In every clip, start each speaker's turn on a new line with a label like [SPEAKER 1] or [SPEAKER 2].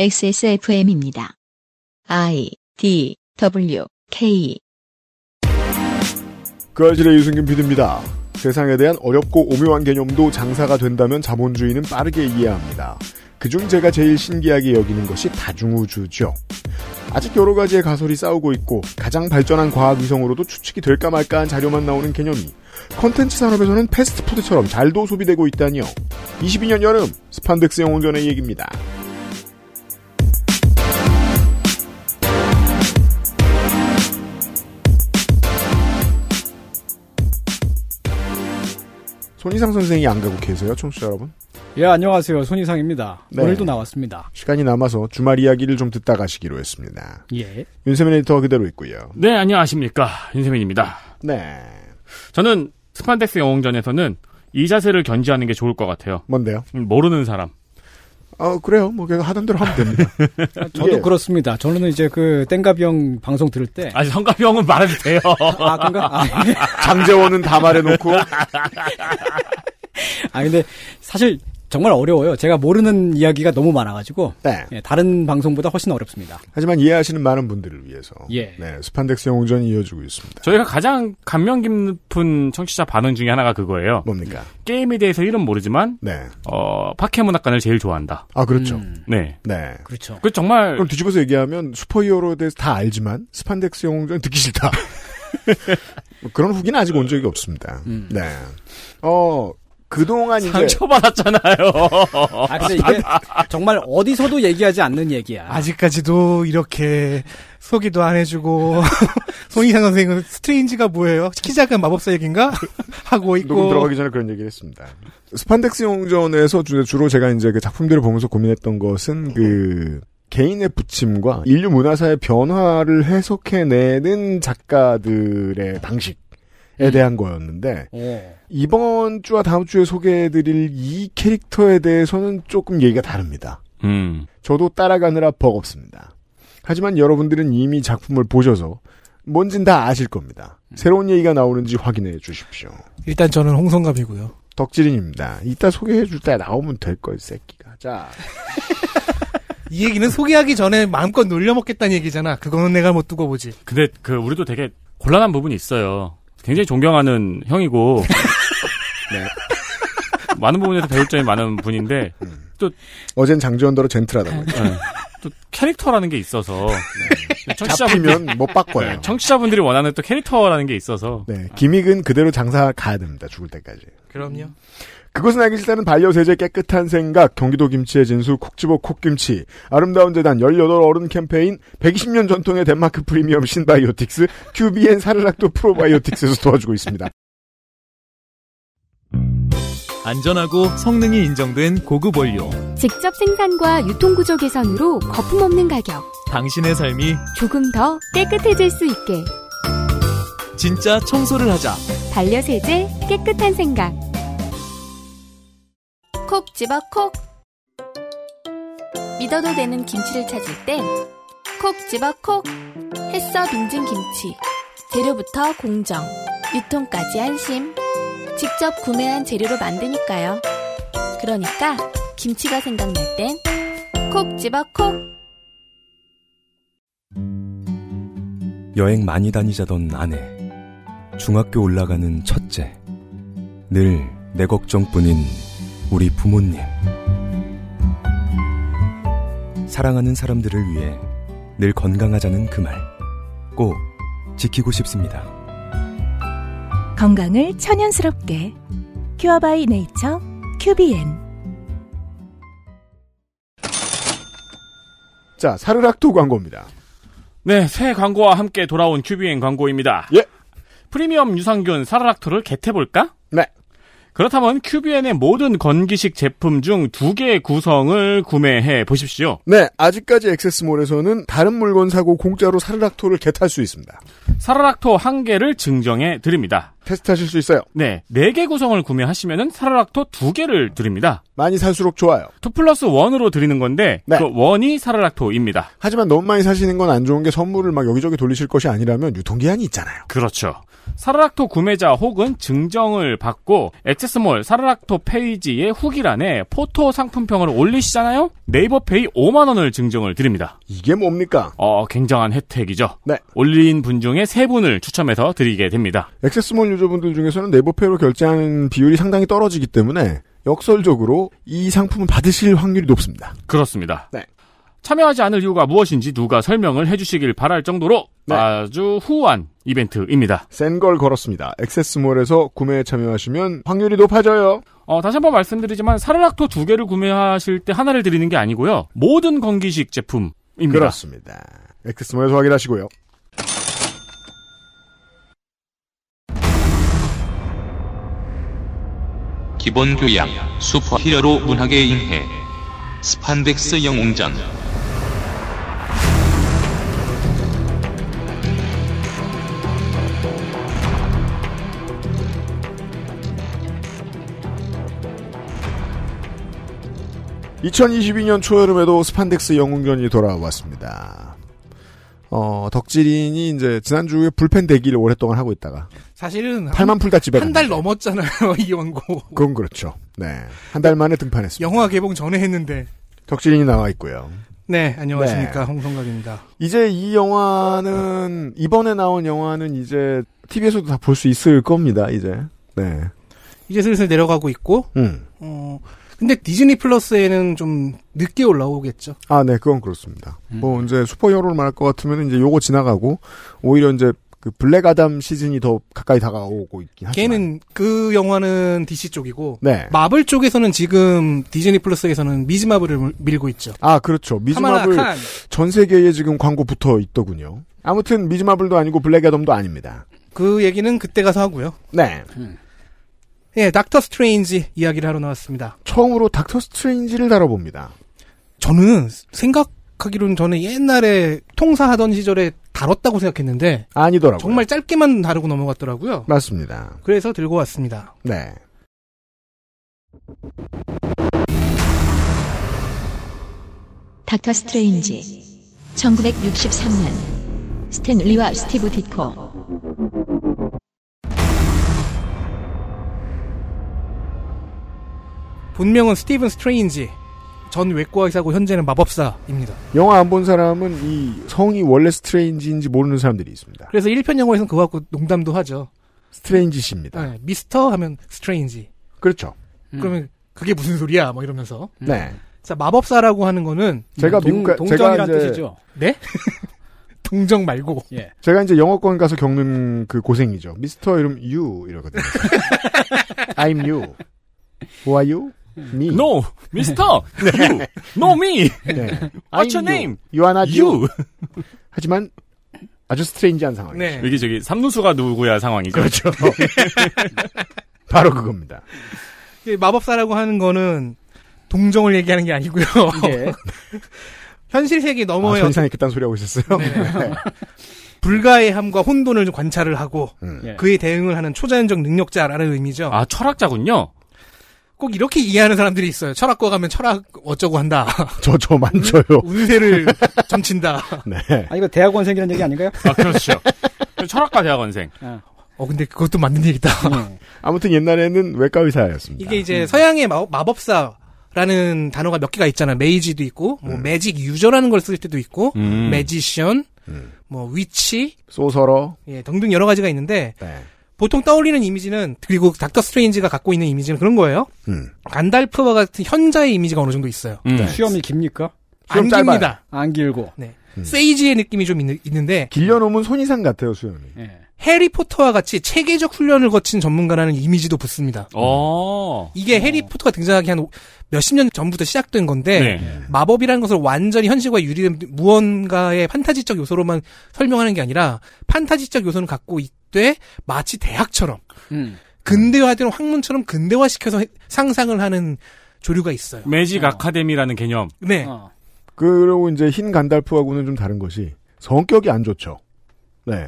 [SPEAKER 1] XSFM입니다. I D W K
[SPEAKER 2] 그 아실의 유승균 PD입니다. 세상에 대한 어렵고 오묘한 개념도 장사가 된다면 자본주의는 빠르게 이해합니다. 그중 제가 제일 신기하게 여기는 것이 다중우주죠. 아직 여러 가지의 가설이 싸우고 있고 가장 발전한 과학 위성으로도 추측이 될까 말까한 자료만 나오는 개념이 컨텐츠 산업에서는 패스트푸드처럼 잘도 소비되고 있다니요. 22년 여름 스판덱스 영웅전의 얘기입니다. 손희상 선생이 안 가고 계세요, 청취자 여러분?
[SPEAKER 3] 예, 안녕하세요. 손희상입니다.
[SPEAKER 2] 네.
[SPEAKER 3] 오늘도 나왔습니다.
[SPEAKER 2] 시간이 남아서 주말 이야기를 좀 듣다 가시기로 했습니다.
[SPEAKER 3] 예.
[SPEAKER 2] 윤세민 에디터가 그대로 있고요.
[SPEAKER 4] 네, 안녕하십니까. 윤세민입니다.
[SPEAKER 2] 네.
[SPEAKER 4] 저는 스판덱스 영웅전에서는 이 자세를 견지하는 게 좋을 것 같아요.
[SPEAKER 2] 뭔데요?
[SPEAKER 4] 음, 모르는 사람.
[SPEAKER 2] 어, 그래요. 뭐, 그냥 하던 대로 하면 됩니다.
[SPEAKER 3] 아, 저도
[SPEAKER 2] 예.
[SPEAKER 3] 그렇습니다. 저는 이제 그 땡가비 형 방송 들을 때.
[SPEAKER 4] 아니, 성가비 형은 말해도 돼요.
[SPEAKER 3] 아, 그런가? 아, 예.
[SPEAKER 2] 장재원은 다 말해놓고,
[SPEAKER 3] 아, 근데 사실 정말 어려워요. 제가 모르는 이야기가 너무 많아가지고.
[SPEAKER 2] 네.
[SPEAKER 3] 예, 다른 방송보다 훨씬 어렵습니다.
[SPEAKER 2] 하지만 이해하시는 많은 분들을 위해서.
[SPEAKER 3] 예.
[SPEAKER 2] 네. 스판덱스 영웅전이 이어지고 있습니다.
[SPEAKER 4] 저희가 가장 감명 깊은 청취자 반응 중에 하나가 그거예요.
[SPEAKER 2] 뭡니까?
[SPEAKER 4] 게임에 대해서 이름 모르지만,
[SPEAKER 2] 네.
[SPEAKER 4] 어, 파케문학관을 제일 좋아한다.
[SPEAKER 2] 아, 그렇죠.
[SPEAKER 3] 음,
[SPEAKER 4] 네.
[SPEAKER 2] 네.
[SPEAKER 3] 그렇죠.
[SPEAKER 4] 그 정말,
[SPEAKER 2] 그럼 뒤집어서 얘기하면 슈퍼히어로에 대해서 다 알지만 스판덱스 영웅전 듣기 싫다. 뭐 그런 후기는 아직 온 적이 없습니다.
[SPEAKER 3] 음.
[SPEAKER 2] 네. 어, 그동안 이제
[SPEAKER 4] 상처받았잖아요.
[SPEAKER 3] 아, 근데 이게 정말 어디서도 얘기하지 않는 얘기야.
[SPEAKER 5] 아직까지도 이렇게 소개도 안 해주고 손희상 선생은 스트레인지가 뭐예요? 키 작은 마법사 얘긴가
[SPEAKER 2] 녹음
[SPEAKER 5] 하고 있고
[SPEAKER 2] 들어가기 전에 그런 얘기를 했습니다. 스판덱스 영웅전에서 주- 주로 제가 이제 그 작품들을 보면서 고민했던 것은 그 개인의 부침과 인류 문화사의 변화를 해석해내는 작가들의 방식에 대한 거였는데
[SPEAKER 3] 오.
[SPEAKER 2] 이번 주와 다음 주에 소개해드릴 이 캐릭터에 대해서는 조금 얘기가 다릅니다.
[SPEAKER 4] 음.
[SPEAKER 2] 저도 따라가느라 버겁습니다. 하지만 여러분들은 이미 작품을 보셔서 뭔진 다 아실 겁니다. 새로운 얘기가 나오는지 확인해 주십시오.
[SPEAKER 5] 일단 저는 홍성갑이고요.
[SPEAKER 2] 덕질인입니다. 이따 소개해 줄 때 나오면 될 걸, 새끼가. 자,
[SPEAKER 5] 이 얘기는 소개하기 전에 마음껏 놀려먹겠다는 얘기잖아. 그거는 내가 못 두고 보지.
[SPEAKER 4] 근데 그, 우리도 되게 곤란한 부분이 있어요. 굉장히 존경하는 형이고, 네. 많은 부분에서 배울 점이 많은 분인데,
[SPEAKER 2] 어젠 장지원더러 젠틀하다고 했죠.
[SPEAKER 4] 네. 또 캐릭터라는 게 있어서 네. 청취자분들
[SPEAKER 2] 잡히면 못
[SPEAKER 4] 네,
[SPEAKER 2] 바꿔요.
[SPEAKER 4] 청취자분들이 원하는 또 캐릭터라는 게 있어서
[SPEAKER 2] 네, 김익은 그대로 장사 가야 됩니다. 죽을 때까지.
[SPEAKER 5] 그럼요.
[SPEAKER 2] 그것은 알기 싫다는 반려세제 깨끗한 생각, 경기도 김치의 진수, 콕집어 콕김치, 아름다운 재단 18 어른 캠페인, 120년 전통의 덴마크 프리미엄 신바이오틱스, 큐비엔 사르락도 프로바이오틱스에서 도와주고 있습니다.
[SPEAKER 6] 안전하고 성능이 인정된 고급 원료.
[SPEAKER 7] 직접 생산과 유통구조 개선으로 거품 없는 가격.
[SPEAKER 6] 당신의 삶이
[SPEAKER 7] 조금 더 깨끗해질 수 있게.
[SPEAKER 6] 진짜 청소를 하자.
[SPEAKER 7] 반려세제 깨끗한 생각. 콕 집어 콕. 믿어도 되는 김치를 찾을 땐 콕 집어 콕. 햇서 빙진 김치. 재료부터 공정. 유통까지 안심. 직접 구매한 재료로 만드니까요. 그러니까 김치가 생각날 땐 콕 집어 콕.
[SPEAKER 8] 여행 많이 다니자던 아내, 중학교 올라가는 첫째, 늘 내 걱정뿐인 우리 부모님. 사랑하는 사람들을 위해 늘 건강하자는 그 말, 꼭 지키고 싶습니다.
[SPEAKER 9] 건강을 천연스럽게 큐어바이 네이처 큐비엔
[SPEAKER 2] 자, 사르락도 광고입니다.
[SPEAKER 4] 네, 새 광고와 함께 돌아온 큐비엔 광고입니다.
[SPEAKER 2] 예.
[SPEAKER 4] 프리미엄 유산균 사라락토를 겟해볼까?
[SPEAKER 2] 네.
[SPEAKER 4] 그렇다면 큐비엔의 모든 건기식 제품 중 두 개의 구성을 구매해 보십시오.
[SPEAKER 2] 네, 아직까지 액세스몰에서는 다른 물건 사고 공짜로 사르락토를 겟할 수 있습니다.
[SPEAKER 4] 사라락토 한 개를 증정해 드립니다.
[SPEAKER 2] 테스트하실 수 있어요.
[SPEAKER 4] 네, 4개 구성을 구매하시면은 사라락토 2개를 드립니다.
[SPEAKER 2] 많이 살수록 좋아요.
[SPEAKER 4] 2 플러스 1으로 드리는 건데
[SPEAKER 2] 네.
[SPEAKER 4] 그 1이 사라락토입니다.
[SPEAKER 2] 하지만 너무 많이 사시는 건 안 좋은 게 선물을 막 여기저기 돌리실 것이 아니라면 유통기한이 있잖아요.
[SPEAKER 4] 그렇죠. 사라락토 구매자 혹은 증정을 받고 액세스몰 사라락토 페이지의 후기란에 포토 상품평을 올리시잖아요? 네이버페이 5만원을 증정을 드립니다.
[SPEAKER 2] 이게 뭡니까?
[SPEAKER 4] 어, 굉장한 혜택이죠.
[SPEAKER 2] 네.
[SPEAKER 4] 올린 분 중에 3분을 추첨해서 드리게 됩니다.
[SPEAKER 2] 액세스몰 유저분들 중에서는 네이버페이로 결제하는 비율이 상당히 떨어지기 때문에 역설적으로 이 상품을 받으실 확률이 높습니다.
[SPEAKER 4] 그렇습니다.
[SPEAKER 2] 네.
[SPEAKER 4] 참여하지 않을 이유가 무엇인지 누가 설명을 해주시길 바랄 정도로
[SPEAKER 2] 네.
[SPEAKER 4] 아주 후한 이벤트입니다.
[SPEAKER 2] 센 걸 걸었습니다. 액세스몰에서 구매에 참여하시면 확률이 높아져요.
[SPEAKER 4] 어, 다시 한번 말씀드리지만 사르락토 두 개를 구매하실 때 하나를 드리는 게 아니고요. 모든 건기식 제품입니다.
[SPEAKER 2] 그렇습니다. 액세스몰에서 확인하시고요.
[SPEAKER 10] 기본 교양, 슈퍼히어로 문학의 인해, 스판덱스 영웅전.
[SPEAKER 2] 2022년 년 초여름에도 스판덱스 영웅전이 돌아왔습니다. 어, 덕질인이 이제 지난주에 불펜 대기를 오랫동안 하고 있다가
[SPEAKER 5] 사실은
[SPEAKER 2] 팔만 풀다 집에
[SPEAKER 5] 한 달
[SPEAKER 2] 갔는데.
[SPEAKER 5] 넘었잖아요 이 원고.
[SPEAKER 2] 그건 그렇죠. 네. 한 달 만에 등판했습니다.
[SPEAKER 5] 영화 개봉 전에 했는데.
[SPEAKER 2] 덕질인이 나와 있고요.
[SPEAKER 5] 네 안녕하십니까 홍성갑입니다.
[SPEAKER 2] 이제 이 영화는 이번에 나온 영화는 이제 TV에서도 다 볼 수 있을 겁니다. 이제 네,
[SPEAKER 5] 이제 슬슬 내려가고 있고
[SPEAKER 2] 음,
[SPEAKER 5] 어 근데 디즈니 플러스에는 좀 늦게 올라오겠죠.
[SPEAKER 2] 아, 네, 그건 그렇습니다. 뭐 이제 슈퍼히어로를 말할 것 같으면 이제 요거 지나가고 오히려 이제 그 블랙 아담 시즌이 더 가까이 다가오고 있긴 하지만
[SPEAKER 5] 걔는 그 영화는 DC 쪽이고
[SPEAKER 2] 네,
[SPEAKER 5] 마블 쪽에서는 지금 디즈니 플러스에서는 미즈마블을 밀- 밀고 있죠.
[SPEAKER 2] 아 그렇죠. 미즈마블
[SPEAKER 5] 카마나 칸.
[SPEAKER 2] 전 세계에 지금 광고 붙어 있더군요. 아무튼 미즈마블도 아니고 블랙 아담도 아닙니다.
[SPEAKER 5] 그 얘기는 그때 가서 하고요.
[SPEAKER 2] 네,
[SPEAKER 5] 예, 닥터 스트레인지 이야기를 하러 나왔습니다.
[SPEAKER 2] 처음으로 닥터 스트레인지를 다뤄봅니다.
[SPEAKER 5] 저는 생각하기로는 저는 옛날에 통사하던 시절에 다뤘다고 생각했는데
[SPEAKER 2] 아니더라고요.
[SPEAKER 5] 정말 짧게만 다루고 넘어갔더라고요.
[SPEAKER 2] 맞습니다.
[SPEAKER 5] 그래서 들고 왔습니다.
[SPEAKER 2] 네.
[SPEAKER 1] 닥터 스트레인지 1963년 스탠리와 스티브 디코
[SPEAKER 5] 본명은 스티븐 스트레인지. 전 외과 의사고 현재는 마법사입니다.
[SPEAKER 2] 영화 안 본 사람은 이 성이 원래 스트레인지인지 모르는 사람들이 있습니다.
[SPEAKER 5] 그래서 1편 영화에서는 그거 갖고 농담도 하죠.
[SPEAKER 2] 스트레인지 씨입니다.
[SPEAKER 5] 예, 미스터 하면 스트레인지.
[SPEAKER 2] 그렇죠.
[SPEAKER 4] 음.
[SPEAKER 5] 그러면 그게 무슨 소리야? 뭐 이러면서.
[SPEAKER 2] 네.
[SPEAKER 5] 자, 마법사라고 하는 거는
[SPEAKER 2] 제가
[SPEAKER 3] 음, 동,
[SPEAKER 2] 미국 가, 제가
[SPEAKER 3] 동정이란
[SPEAKER 2] 이제
[SPEAKER 3] 뜻이죠.
[SPEAKER 5] 동정 말고
[SPEAKER 3] 예.
[SPEAKER 2] 제가 이제 영어권 가서 겪는 그 고생이죠. 미스터 이름 you 이러거든요. I'm you. Who are you? Me.
[SPEAKER 4] No, Mister, you, no me.
[SPEAKER 2] 네.
[SPEAKER 4] What's your
[SPEAKER 2] I'm
[SPEAKER 4] name?
[SPEAKER 2] You, you are not you.
[SPEAKER 4] You.
[SPEAKER 2] 하지만 아주 스트레인지한 상황이죠.
[SPEAKER 5] 네.
[SPEAKER 4] 이게 저기 삼루수가 누구야 상황이죠.
[SPEAKER 2] 그렇죠. 바로 그겁니다.
[SPEAKER 5] 이게 마법사라고 하는 거는 동정을 얘기하는 게 아니고요.
[SPEAKER 3] 이게
[SPEAKER 5] 현실 세계
[SPEAKER 2] 아,
[SPEAKER 5] 너머의 어떤
[SPEAKER 2] 선상에 그딴 소리 하고 있었어요. 네.
[SPEAKER 5] 불가의함과 혼돈을 좀 관찰을 하고
[SPEAKER 2] 음.
[SPEAKER 3] 예.
[SPEAKER 5] 그에 대응을 하는 초자연적 능력자라는 의미죠.
[SPEAKER 4] 아 철학자군요.
[SPEAKER 5] 꼭 이렇게 이해하는 사람들이 있어요. 철학과 가면 철학 어쩌고 한다.
[SPEAKER 2] 저, 저 만져요.
[SPEAKER 5] 운세를 점친다.
[SPEAKER 2] 네.
[SPEAKER 3] 아 이거 대학원생이라는 얘기 아닌가요?
[SPEAKER 4] 아 그렇죠. 철학과 대학원생.
[SPEAKER 5] 어 근데 그것도 맞는 얘기다.
[SPEAKER 2] 네. 아무튼 옛날에는 외과 의사였습니다.
[SPEAKER 5] 이게 이제 서양의 마, 법사라는 단어가 몇 개가 있잖아. 메이지도 있고, 뭐 매직 유저라는 걸 쓸 때도 있고,
[SPEAKER 4] 음.
[SPEAKER 5] 매지션,
[SPEAKER 2] 음.
[SPEAKER 5] 뭐 위치,
[SPEAKER 2] 소설어.
[SPEAKER 5] 예, 등등 여러 가지가 있는데
[SPEAKER 2] 네.
[SPEAKER 5] 보통 떠올리는 이미지는 그리고 닥터 스트레인지가 갖고 있는 이미지는 그런 거예요.
[SPEAKER 2] 음.
[SPEAKER 5] 간달프와 같은 현자의 이미지가 어느 정도 있어요.
[SPEAKER 4] 음.
[SPEAKER 3] 수염이 깁니까?
[SPEAKER 2] 수염 짧아요.
[SPEAKER 5] 안깁니다.
[SPEAKER 3] 안 길고.
[SPEAKER 5] 네.
[SPEAKER 2] 음.
[SPEAKER 5] 세이지의 느낌이 좀 있, 있는데
[SPEAKER 2] 길려놓으면 손이상 같아요, 수염이.
[SPEAKER 3] 예.
[SPEAKER 5] 해리포터와 같이 체계적 훈련을 거친 전문가라는 이미지도 붙습니다.
[SPEAKER 4] 어.
[SPEAKER 5] 이게 해리포터가 등장하기 한 오- 몇십 년 전부터 시작된 건데
[SPEAKER 4] 네.
[SPEAKER 5] 마법이라는 것을 완전히 현실과 유리된 무언가의 판타지적 요소로만 설명하는 게 아니라 판타지적 요소는 갖고 있되 마치 대학처럼
[SPEAKER 3] 음.
[SPEAKER 5] 근대화된 황문처럼 근대화시켜서 해- 상상을 하는 조류가 있어요.
[SPEAKER 4] 매직 아카데미라는 개념.
[SPEAKER 5] 네.
[SPEAKER 3] 어.
[SPEAKER 2] 그리고 이제 흰 간달프하고는 좀 다른 것이 성격이 안 좋죠. 네.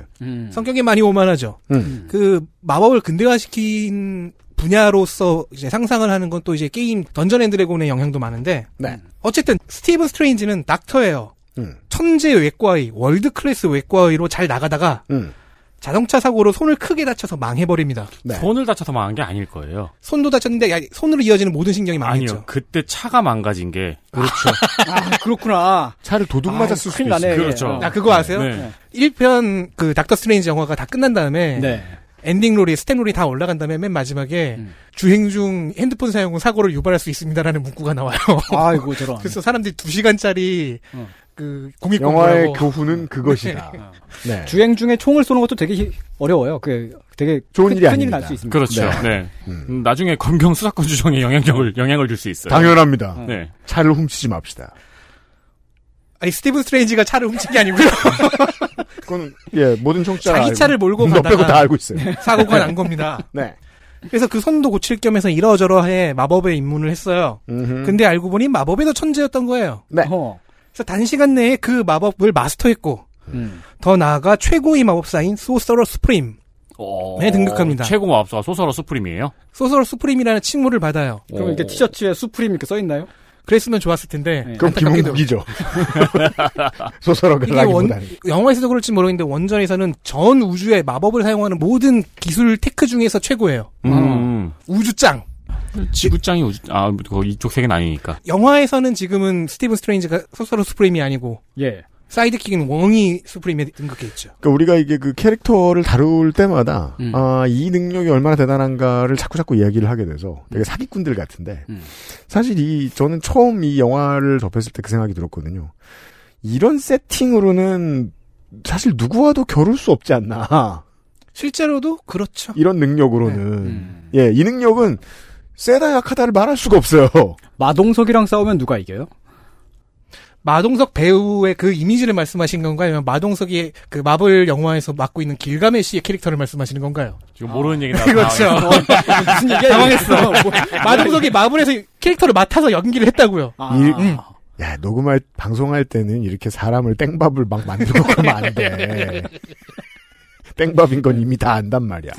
[SPEAKER 5] 성격이 많이 오만하죠.
[SPEAKER 2] 음.
[SPEAKER 5] 그 마법을 근대화시킨 분야로서 이제 상상을 하는 건 또 이제 게임 던전 앤 드래곤의 영향도 많은데
[SPEAKER 2] 네.
[SPEAKER 5] 어쨌든 스티븐 스트레인지는 닥터예요.
[SPEAKER 2] 음.
[SPEAKER 5] 천재 외과의 월드 클래스 외과의로 잘 나가다가
[SPEAKER 2] 음.
[SPEAKER 5] 자동차 사고로 손을 크게 다쳐서 망해버립니다.
[SPEAKER 2] 네.
[SPEAKER 4] 손을 다쳐서 망한 게 아닐 거예요.
[SPEAKER 5] 손도 다쳤는데 야, 손으로 이어지는 모든 신경이 망했죠.
[SPEAKER 4] 아니요. 그때 차가 망가진 게 그렇죠.
[SPEAKER 3] 아, 그렇구나.
[SPEAKER 2] 차를 도둑
[SPEAKER 3] 아,
[SPEAKER 2] 맞았을 수도
[SPEAKER 3] 큰일
[SPEAKER 2] 있어요.
[SPEAKER 3] 나네.
[SPEAKER 4] 그렇죠.
[SPEAKER 5] 아 그거 아세요?
[SPEAKER 4] 네.
[SPEAKER 3] 네.
[SPEAKER 5] 1편 그 닥터 스트레인지 영화가 다 끝난 다음에
[SPEAKER 3] 네.
[SPEAKER 5] 엔딩 롤이 스탠 롤이 다 올라간 다음에 맨 마지막에 주행 중 핸드폰 사용 후 사고를 유발할 수 있습니다라는 문구가 나와요.
[SPEAKER 3] 아이고, 저런.
[SPEAKER 5] 그래서 사람들이 2시간짜리
[SPEAKER 3] 어.
[SPEAKER 5] 그 공익
[SPEAKER 2] 영화의
[SPEAKER 5] 공부라고
[SPEAKER 2] 교훈은 그것이다. 네.
[SPEAKER 3] 주행 중에 총을 쏘는 것도 되게 히- 어려워요. 그 되게
[SPEAKER 2] 좋은
[SPEAKER 3] 큰,
[SPEAKER 2] 일이
[SPEAKER 3] 큰 일이
[SPEAKER 2] 아닙니다.
[SPEAKER 3] 날 수 있습니다.
[SPEAKER 4] 그렇죠.
[SPEAKER 2] 네.
[SPEAKER 4] 네.
[SPEAKER 2] 음.
[SPEAKER 4] 음, 나중에 검경 수사권 주정에 영향력을 영향을 줄 수 있어요.
[SPEAKER 2] 당연합니다.
[SPEAKER 4] 네.
[SPEAKER 2] 차를 훔치지 맙시다.
[SPEAKER 5] 아니 스티븐 스트레인지가 차를 훔친 게 아니고요.
[SPEAKER 2] 그건 예 모든 청취자
[SPEAKER 5] 자기 차를 몰고
[SPEAKER 2] 너 빼고 다
[SPEAKER 5] 가다가 네.
[SPEAKER 2] 알고 있어요.
[SPEAKER 5] 사고가 난 겁니다.
[SPEAKER 2] 네.
[SPEAKER 5] 그래서 그 손도 고칠 겸해서 이러저러해 마법에 입문을 했어요.
[SPEAKER 2] 음흠.
[SPEAKER 5] 근데 알고 보니 마법에도 천재였던 거예요.
[SPEAKER 2] 네.
[SPEAKER 3] 어.
[SPEAKER 5] 그래서 단시간 내에 그 마법을 마스터했고
[SPEAKER 3] 음.
[SPEAKER 5] 더 나아가 최고의 마법사인 소서러 스프림 네, 등극합니다.
[SPEAKER 4] 최고 마법사가 소설어 수프림이에요.
[SPEAKER 5] 소서러 스프림이라는 칭호를 받아요.
[SPEAKER 3] 그럼 이렇게 티셔츠에 수프림 이렇게 써 있나요?
[SPEAKER 5] 그랬으면 좋았을 텐데
[SPEAKER 3] 네.
[SPEAKER 2] 그럼
[SPEAKER 5] 안타깝게도
[SPEAKER 2] 김은국이죠. 소설어가
[SPEAKER 5] 이게 원,
[SPEAKER 2] 나기보다는.
[SPEAKER 5] 영화에서도 그럴지 모르겠는데 원전에서는 전 우주의 마법을 사용하는 모든 기술 테크 중에서 최고예요.
[SPEAKER 4] 음.
[SPEAKER 5] 우주짱.
[SPEAKER 4] 지구장이 우주 아 그거 이쪽 세계는 아니니까.
[SPEAKER 5] 영화에서는 지금은 스티븐 스트레인지가 소서러 스프림이 아니고
[SPEAKER 3] 예.
[SPEAKER 5] 사이드킥인 웡이 스프림에 등극해 있죠.
[SPEAKER 2] 그러니까 우리가 이게 그 캐릭터를 다룰 때마다
[SPEAKER 4] 음.
[SPEAKER 2] 아, 이 능력이 얼마나 대단한가를 자꾸 자꾸 이야기를 하게 돼서 되게 사기꾼들 같은데
[SPEAKER 4] 음.
[SPEAKER 2] 사실 이 저는 처음 이 영화를 접했을 때 그 생각이 들었거든요. 이런 세팅으로는 사실 누구와도 겨룰 수 없지 않나
[SPEAKER 5] 실제로도 그렇죠.
[SPEAKER 3] 예.
[SPEAKER 2] 이런
[SPEAKER 4] 네.
[SPEAKER 2] 능력으로는
[SPEAKER 4] 음.
[SPEAKER 2] 예 이 능력은 세다 약하다를 말할 수가 없어요.
[SPEAKER 3] 마동석이랑 싸우면 누가 이겨요?
[SPEAKER 5] 마동석 배우의 그 이미지를 말씀하신 건가요? 아니면 마동석이 그 마블 영화에서 맡고 있는 길가메시의 캐릭터를 말씀하시는 건가요?
[SPEAKER 4] 지금 모르는 얘기 나.
[SPEAKER 5] 그렇죠.
[SPEAKER 4] 나와요.
[SPEAKER 3] 무슨 얘기야?
[SPEAKER 5] 당황했어. 뭐, 마동석이 마블에서 캐릭터를 맡아서 연기를 했다고요.
[SPEAKER 3] 아,
[SPEAKER 2] 일-
[SPEAKER 5] 음.
[SPEAKER 2] 야 녹음할 방송할 때는 이렇게 사람을 땡밥을 막 만들고 가면 안 돼. 땡밥인 건 이미 다 안단 말이야.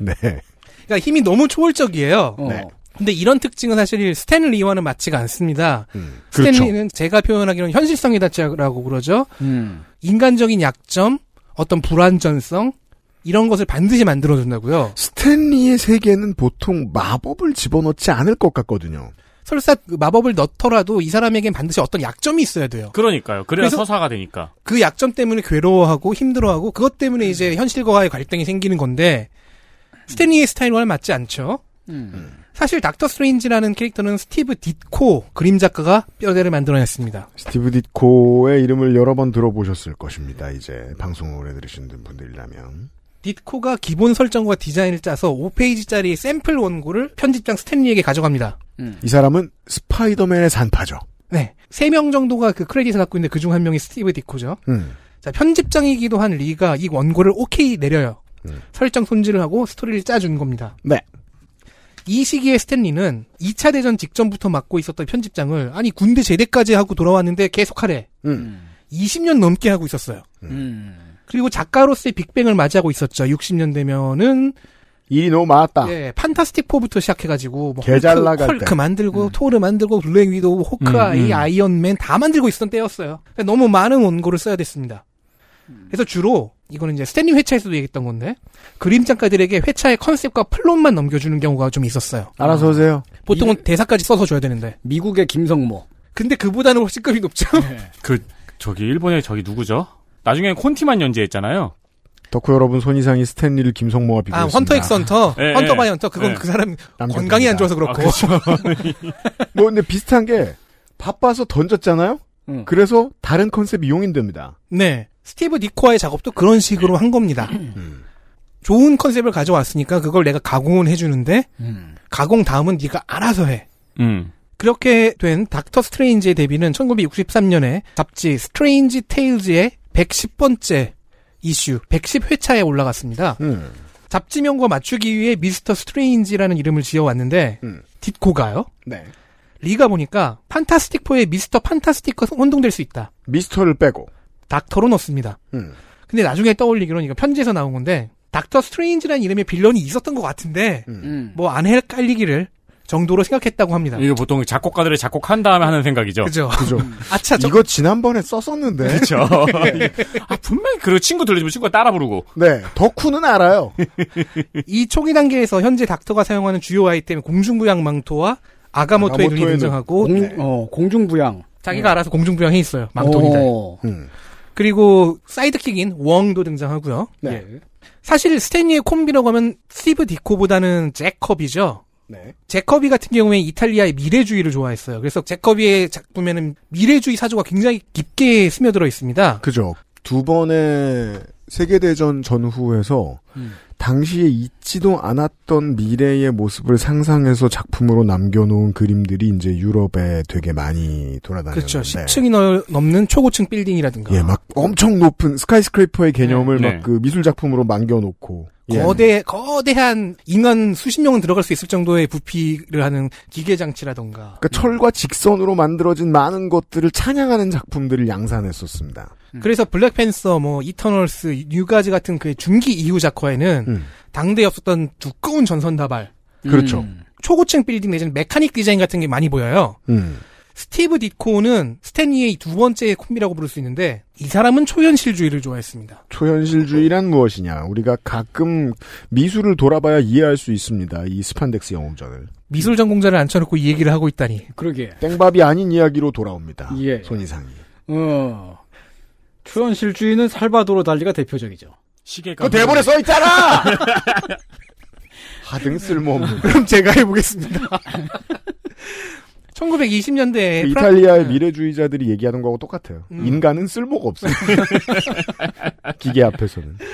[SPEAKER 2] 네.
[SPEAKER 5] 그러니까 힘이 너무 초월적이에요.
[SPEAKER 3] 어.
[SPEAKER 2] 네.
[SPEAKER 5] 근데 이런 특징은 사실 스탠리와는 맞지가 않습니다.
[SPEAKER 2] 음,
[SPEAKER 5] 스탠리는 제가 표현하기로는 현실성이 닫자라고 그러죠.
[SPEAKER 3] 음.
[SPEAKER 5] 인간적인 약점, 어떤 불완전성 이런 것을 반드시 만들어준다고요.
[SPEAKER 2] 스탠리의 세계는 보통 마법을 집어넣지 않을 것 같거든요.
[SPEAKER 5] 설사 그 마법을 넣더라도 이 사람에겐 반드시 어떤 약점이 있어야 돼요.
[SPEAKER 4] 그러니까요. 그래야
[SPEAKER 5] 그래서-
[SPEAKER 4] 서사가 되니까.
[SPEAKER 5] 그 약점 때문에 괴로워하고 힘들어하고 그것 때문에 이제 현실과의 갈등이 생기는 건데 스탠리의 스타일과는 맞지 않죠. 사실 닥터 스트레인지라는 캐릭터는 스티브 디코 그림 작가가 뼈대를 만들어냈습니다.
[SPEAKER 2] 스티브 디코의 이름을 여러 번 들어보셨을 것입니다. 이제 방송을 해드리신 분들이라면.
[SPEAKER 5] 디코가 기본 설정과 디자인을 짜서 5페이지짜리 샘플 원고를 편집장 스탠리에게 가져갑니다.
[SPEAKER 2] 이 사람은 스파이더맨의 산파죠.
[SPEAKER 5] 네. 3명 정도가 그 크레딧을 갖고 있는데 그중 한 명이 스티브 디코죠.
[SPEAKER 2] 음.
[SPEAKER 5] 자, 편집장이기도 한 리가 이 원고를 오케이 내려요.
[SPEAKER 2] 음.
[SPEAKER 5] 설정 손질을 하고 스토리를 짜준 겁니다.
[SPEAKER 2] 네.
[SPEAKER 5] 이 시기에 스탠리는 2차 대전 직전부터 맡고 있었던 편집장을 아니 군대 제대까지 하고 돌아왔는데 계속 하래.
[SPEAKER 2] 음.
[SPEAKER 5] 20년 넘게 하고 있었어요.
[SPEAKER 3] 음.
[SPEAKER 5] 그리고 작가로서의 빅뱅을 맞이하고 있었죠. 60년 되면은
[SPEAKER 2] 일이 너무 많았다.
[SPEAKER 5] 예, 판타스틱 4부터 시작해가지고 뭐
[SPEAKER 2] 아. 개잘 나갈
[SPEAKER 5] 헐크
[SPEAKER 2] 때. 음.
[SPEAKER 5] 만들고 토르 만들고 블랙 위도우, 호크아이,
[SPEAKER 4] 음, 음.
[SPEAKER 5] 아이언맨 다 만들고 있었던 때였어요. 그러니까 너무 많은 원고를 써야 됐습니다. 그래서 주로 이거는 이제 스탠리 회차에서도 얘기했던 건데 그림 작가들에게 회차의 컨셉과 플롯만 넘겨주는 경우가 좀 있었어요.
[SPEAKER 2] 알아서 오세요.
[SPEAKER 5] 보통은 대사까지 써서 줘야 되는데
[SPEAKER 3] 미국의 김성모.
[SPEAKER 5] 근데 그보다는 훨씬 급이 높죠.
[SPEAKER 2] 네,
[SPEAKER 4] 그, 저기 일본의 저기 누구죠? 나중에 콘티만 연재했잖아요.
[SPEAKER 2] 덕후 여러분 손이상이 스탠리를 김성모와
[SPEAKER 5] 아
[SPEAKER 2] 비교했습니다. 네.
[SPEAKER 5] 헌터 엑스 헌터,
[SPEAKER 4] 예,
[SPEAKER 5] 헌터
[SPEAKER 4] 예. 그렇죠.
[SPEAKER 5] 바이 헌터 그건
[SPEAKER 4] 예.
[SPEAKER 5] 그 사람
[SPEAKER 2] 남겨둡니다.
[SPEAKER 5] 건강이 안 좋아서 그렇고
[SPEAKER 2] 뭐 근데 비슷한 게 바빠서 던졌잖아요.
[SPEAKER 3] 음.
[SPEAKER 2] 그래서 다른 컨셉이 용인됩니다.
[SPEAKER 5] 네. 스티브 니코와의 작업도 그런 식으로 한 겁니다. 좋은 컨셉을 가져왔으니까 그걸 내가 가공은 해주는데 가공 다음은 네가 알아서 해.
[SPEAKER 4] 음.
[SPEAKER 5] 그렇게 된 닥터 스트레인지의 데뷔는 1963년에 잡지 스트레인지 테일즈의 110번째 이슈 110회차에 올라갔습니다.
[SPEAKER 2] 음.
[SPEAKER 5] 잡지명과 맞추기 위해 미스터 스트레인지라는 이름을 지어왔는데
[SPEAKER 2] 음.
[SPEAKER 5] ditko가요.
[SPEAKER 2] 네.
[SPEAKER 5] 리가 보니까 판타스틱4의 미스터 판타스틱과 혼동될 수 있다.
[SPEAKER 2] 미스터를 빼고.
[SPEAKER 5] 닥터로 넣습니다.
[SPEAKER 2] 음.
[SPEAKER 5] 근데 나중에 떠올리기로는 이거 편지에서 나온 건데 닥터 스트레인지라는 이름의 빌런이 있었던 것 같은데
[SPEAKER 2] 음.
[SPEAKER 5] 뭐 안 헷갈리기를 정도로 생각했다고 합니다.
[SPEAKER 4] 음. 이게 보통 작곡가들이 작곡한 다음에 하는 생각이죠.
[SPEAKER 5] 그죠.
[SPEAKER 2] 그죠.
[SPEAKER 5] 아차, 저
[SPEAKER 2] 이거 지난번에 썼었는데.
[SPEAKER 4] 그렇죠. 아, 분명히 그리고 친구 들려주면 친구가 따라 부르고.
[SPEAKER 2] 네, 덕후는 알아요.
[SPEAKER 5] 이 초기 단계에서 현재 닥터가 사용하는 주요 아이템 공중부양망토와 아가모토의 눈이
[SPEAKER 2] 아가모토의
[SPEAKER 5] 네.
[SPEAKER 2] 음.
[SPEAKER 5] 등장하고
[SPEAKER 3] 공,
[SPEAKER 2] 네.
[SPEAKER 3] 어, 공중부양.
[SPEAKER 5] 자기가 알아서 공중부양해 있어요. 망토입니다.
[SPEAKER 3] 어,
[SPEAKER 2] 음.
[SPEAKER 5] 그리고 사이드킥인 웡도 등장하고요.
[SPEAKER 3] 네.
[SPEAKER 5] 사실 스탠리의 콤비라고 하면 스티브 디코보다는 제커비죠.
[SPEAKER 2] 네.
[SPEAKER 5] 제커비 같은 경우에 이탈리아의 미래주의를 좋아했어요. 그래서 제커비의 작품에는 미래주의 사조가 굉장히 깊게 스며들어 있습니다.
[SPEAKER 2] 그죠. 두 번의 세계대전 전후에서 당시에 있지도 않았던 미래의 모습을 상상해서 작품으로 남겨놓은 그림들이 이제 유럽에 되게 많이 돌아다녔는데. 네.
[SPEAKER 5] 그렇죠. 10층이 너- 넘는 초고층 빌딩이라든가
[SPEAKER 2] 예, 막 엄청 높은 스카이스크레이퍼의 개념을
[SPEAKER 4] 네.
[SPEAKER 2] 막 그 미술 작품으로 남겨놓고. 예.
[SPEAKER 5] 거대 거대한 인간 수십 명은 들어갈 수 있을 정도의 부피를 하는 기계 장치라던가
[SPEAKER 2] 그러니까 철과 직선으로 만들어진 많은 것들을 찬양하는 작품들을 양산했었습니다.
[SPEAKER 5] 그래서 블랙팬서, 뭐 이터널스, 뉴가즈 같은 그 중기 이후 작화에는
[SPEAKER 2] 음.
[SPEAKER 5] 당대에 없었던 두꺼운 전선 다발,
[SPEAKER 2] 그렇죠.
[SPEAKER 3] 음.
[SPEAKER 5] 초고층 빌딩 내지는 메카닉 디자인 같은 게 많이 보여요.
[SPEAKER 2] 음.
[SPEAKER 5] 스티브 디코는 스탠리의 두 번째 콤비라고 부를 수 있는데 이 사람은 초현실주의를 좋아했습니다.
[SPEAKER 2] 초현실주의란 무엇이냐? 우리가 가끔 미술을 돌아봐야 이해할 수 있습니다. 이 스판덱스 영웅전을.
[SPEAKER 5] 미술 전공자를 앉혀놓고 이 얘기를 하고 있다니.
[SPEAKER 3] 그러게.
[SPEAKER 2] 땡밥이 아닌 이야기로 돌아옵니다.
[SPEAKER 3] 예.
[SPEAKER 2] 손이상이.
[SPEAKER 3] 어. 초현실주의는 살바도로 달리가 대표적이죠.
[SPEAKER 4] 시계가.
[SPEAKER 2] 그 대본에 써 있잖아. 하등 쓸모없는.
[SPEAKER 5] 그럼 제가 해보겠습니다. 1920년대에
[SPEAKER 2] 그 이탈리아의 미래주의자들이 얘기하는 거하고 똑같아요. 인간은 쓸모가 없어요. 기계 앞에서는. 네.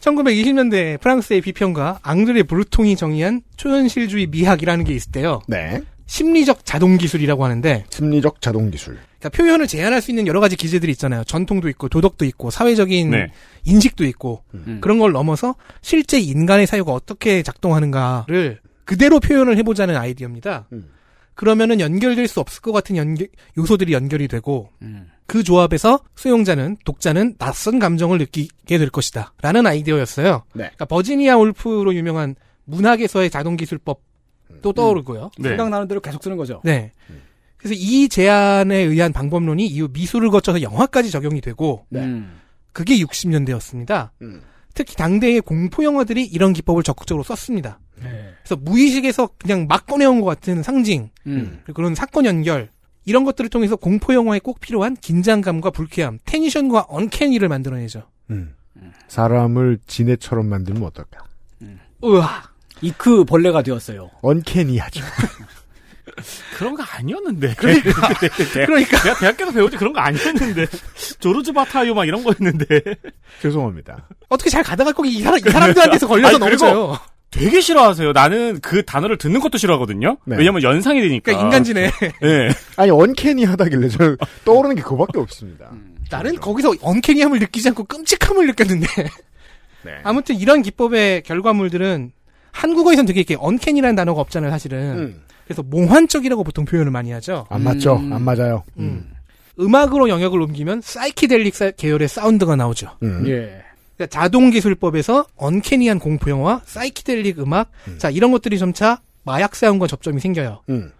[SPEAKER 5] 1920년대 프랑스의 비평가 앙드레 브루통이 정의한 초현실주의 미학이라는 게 있을 때요.
[SPEAKER 2] 네.
[SPEAKER 5] 심리적 자동 기술이라고 하는데
[SPEAKER 2] 심리적 자동 기술.
[SPEAKER 5] 그러니까 표현을 제한할 수 있는 여러 가지 기제들이 있잖아요. 전통도 있고 도덕도 있고 사회적인
[SPEAKER 4] 네.
[SPEAKER 5] 인식도 있고 그런 걸 넘어서 실제 인간의 사유가 어떻게 작동하는가를 그대로 표현을 해보자는 아이디어입니다.
[SPEAKER 2] 음.
[SPEAKER 5] 그러면은 연결될 수 없을 것 같은 연결- 요소들이 연결이 되고 그 조합에서 수용자는 독자는 낯선 감정을 느끼게 될 것이다라는 아이디어였어요.
[SPEAKER 2] 네.
[SPEAKER 5] 그러니까 버지니아 올프로 유명한 문학에서의 자동 기술법도 떠오르고요.
[SPEAKER 4] 네.
[SPEAKER 3] 생각나는 대로 계속 쓰는 거죠.
[SPEAKER 5] 네. 그래서 이 제안에 의한 방법론이 이후 미술을 거쳐서 영화까지 적용이 되고
[SPEAKER 2] 네.
[SPEAKER 3] 음.
[SPEAKER 5] 그게 60년대였습니다.
[SPEAKER 2] 음.
[SPEAKER 5] 특히 당대의 공포 영화들이 이런 기법을 적극적으로 썼습니다.
[SPEAKER 3] 네.
[SPEAKER 5] 그래서 무의식에서 그냥 막 꺼내온 것 같은 상징,
[SPEAKER 3] 음.
[SPEAKER 5] 그리고 그런 사건 연결 이런 것들을 통해서 공포 영화에 꼭 필요한 긴장감과 불쾌함, 텐션과 언캐니를 만들어내죠.
[SPEAKER 2] 음. 사람을 지네처럼 만들면 어떨까?
[SPEAKER 3] 으아. 이크 그 벌레가 되었어요.
[SPEAKER 2] 언캐니하죠.
[SPEAKER 4] 그런 거 아니었는데. 그러니까.
[SPEAKER 5] 그러니까.
[SPEAKER 4] 내가 대학교에서 배울 때 그런 거 아니었는데. 조르즈 바타요 막 이런 거였는데.
[SPEAKER 2] 죄송합니다.
[SPEAKER 5] 어떻게 잘 가다가 꼭 이 사람, 이 사람들한테서 걸려서
[SPEAKER 4] 아니, 그리고-
[SPEAKER 5] 넘어져요.
[SPEAKER 4] 되게 싫어하세요. 나는 그 단어를 듣는 것도 싫어하거든요.
[SPEAKER 2] 네.
[SPEAKER 4] 왜냐면 연상이 되니까.
[SPEAKER 5] 그러니까 인간지네.
[SPEAKER 4] 예.
[SPEAKER 2] 아니 언캐니하다길래 저는 떠오르는 게 그거밖에 없습니다.
[SPEAKER 5] 나는 거기서 언캐니함을 느끼지 않고 끔찍함을 느꼈는데.
[SPEAKER 2] 네.
[SPEAKER 5] 아무튼 이런 기법의 결과물들은 한국어에선 되게 이렇게 언캐니라는 단어가 없잖아요, 사실은.
[SPEAKER 2] 음.
[SPEAKER 5] 그래서 몽환적이라고 보통 표현을 많이 하죠.
[SPEAKER 2] 안 맞죠? 안 맞아요.
[SPEAKER 5] 음악으로 영역을 옮기면 사이키델릭 사- 계열의 사운드가 나오죠.
[SPEAKER 2] 음.
[SPEAKER 3] 예.
[SPEAKER 5] 그러니까 자동 기술법에서 언캐니한 공포 영화, 사이키델릭 음악, 자 이런 것들이 점차 마약 사용과 접점이 생겨요.
[SPEAKER 2] 음.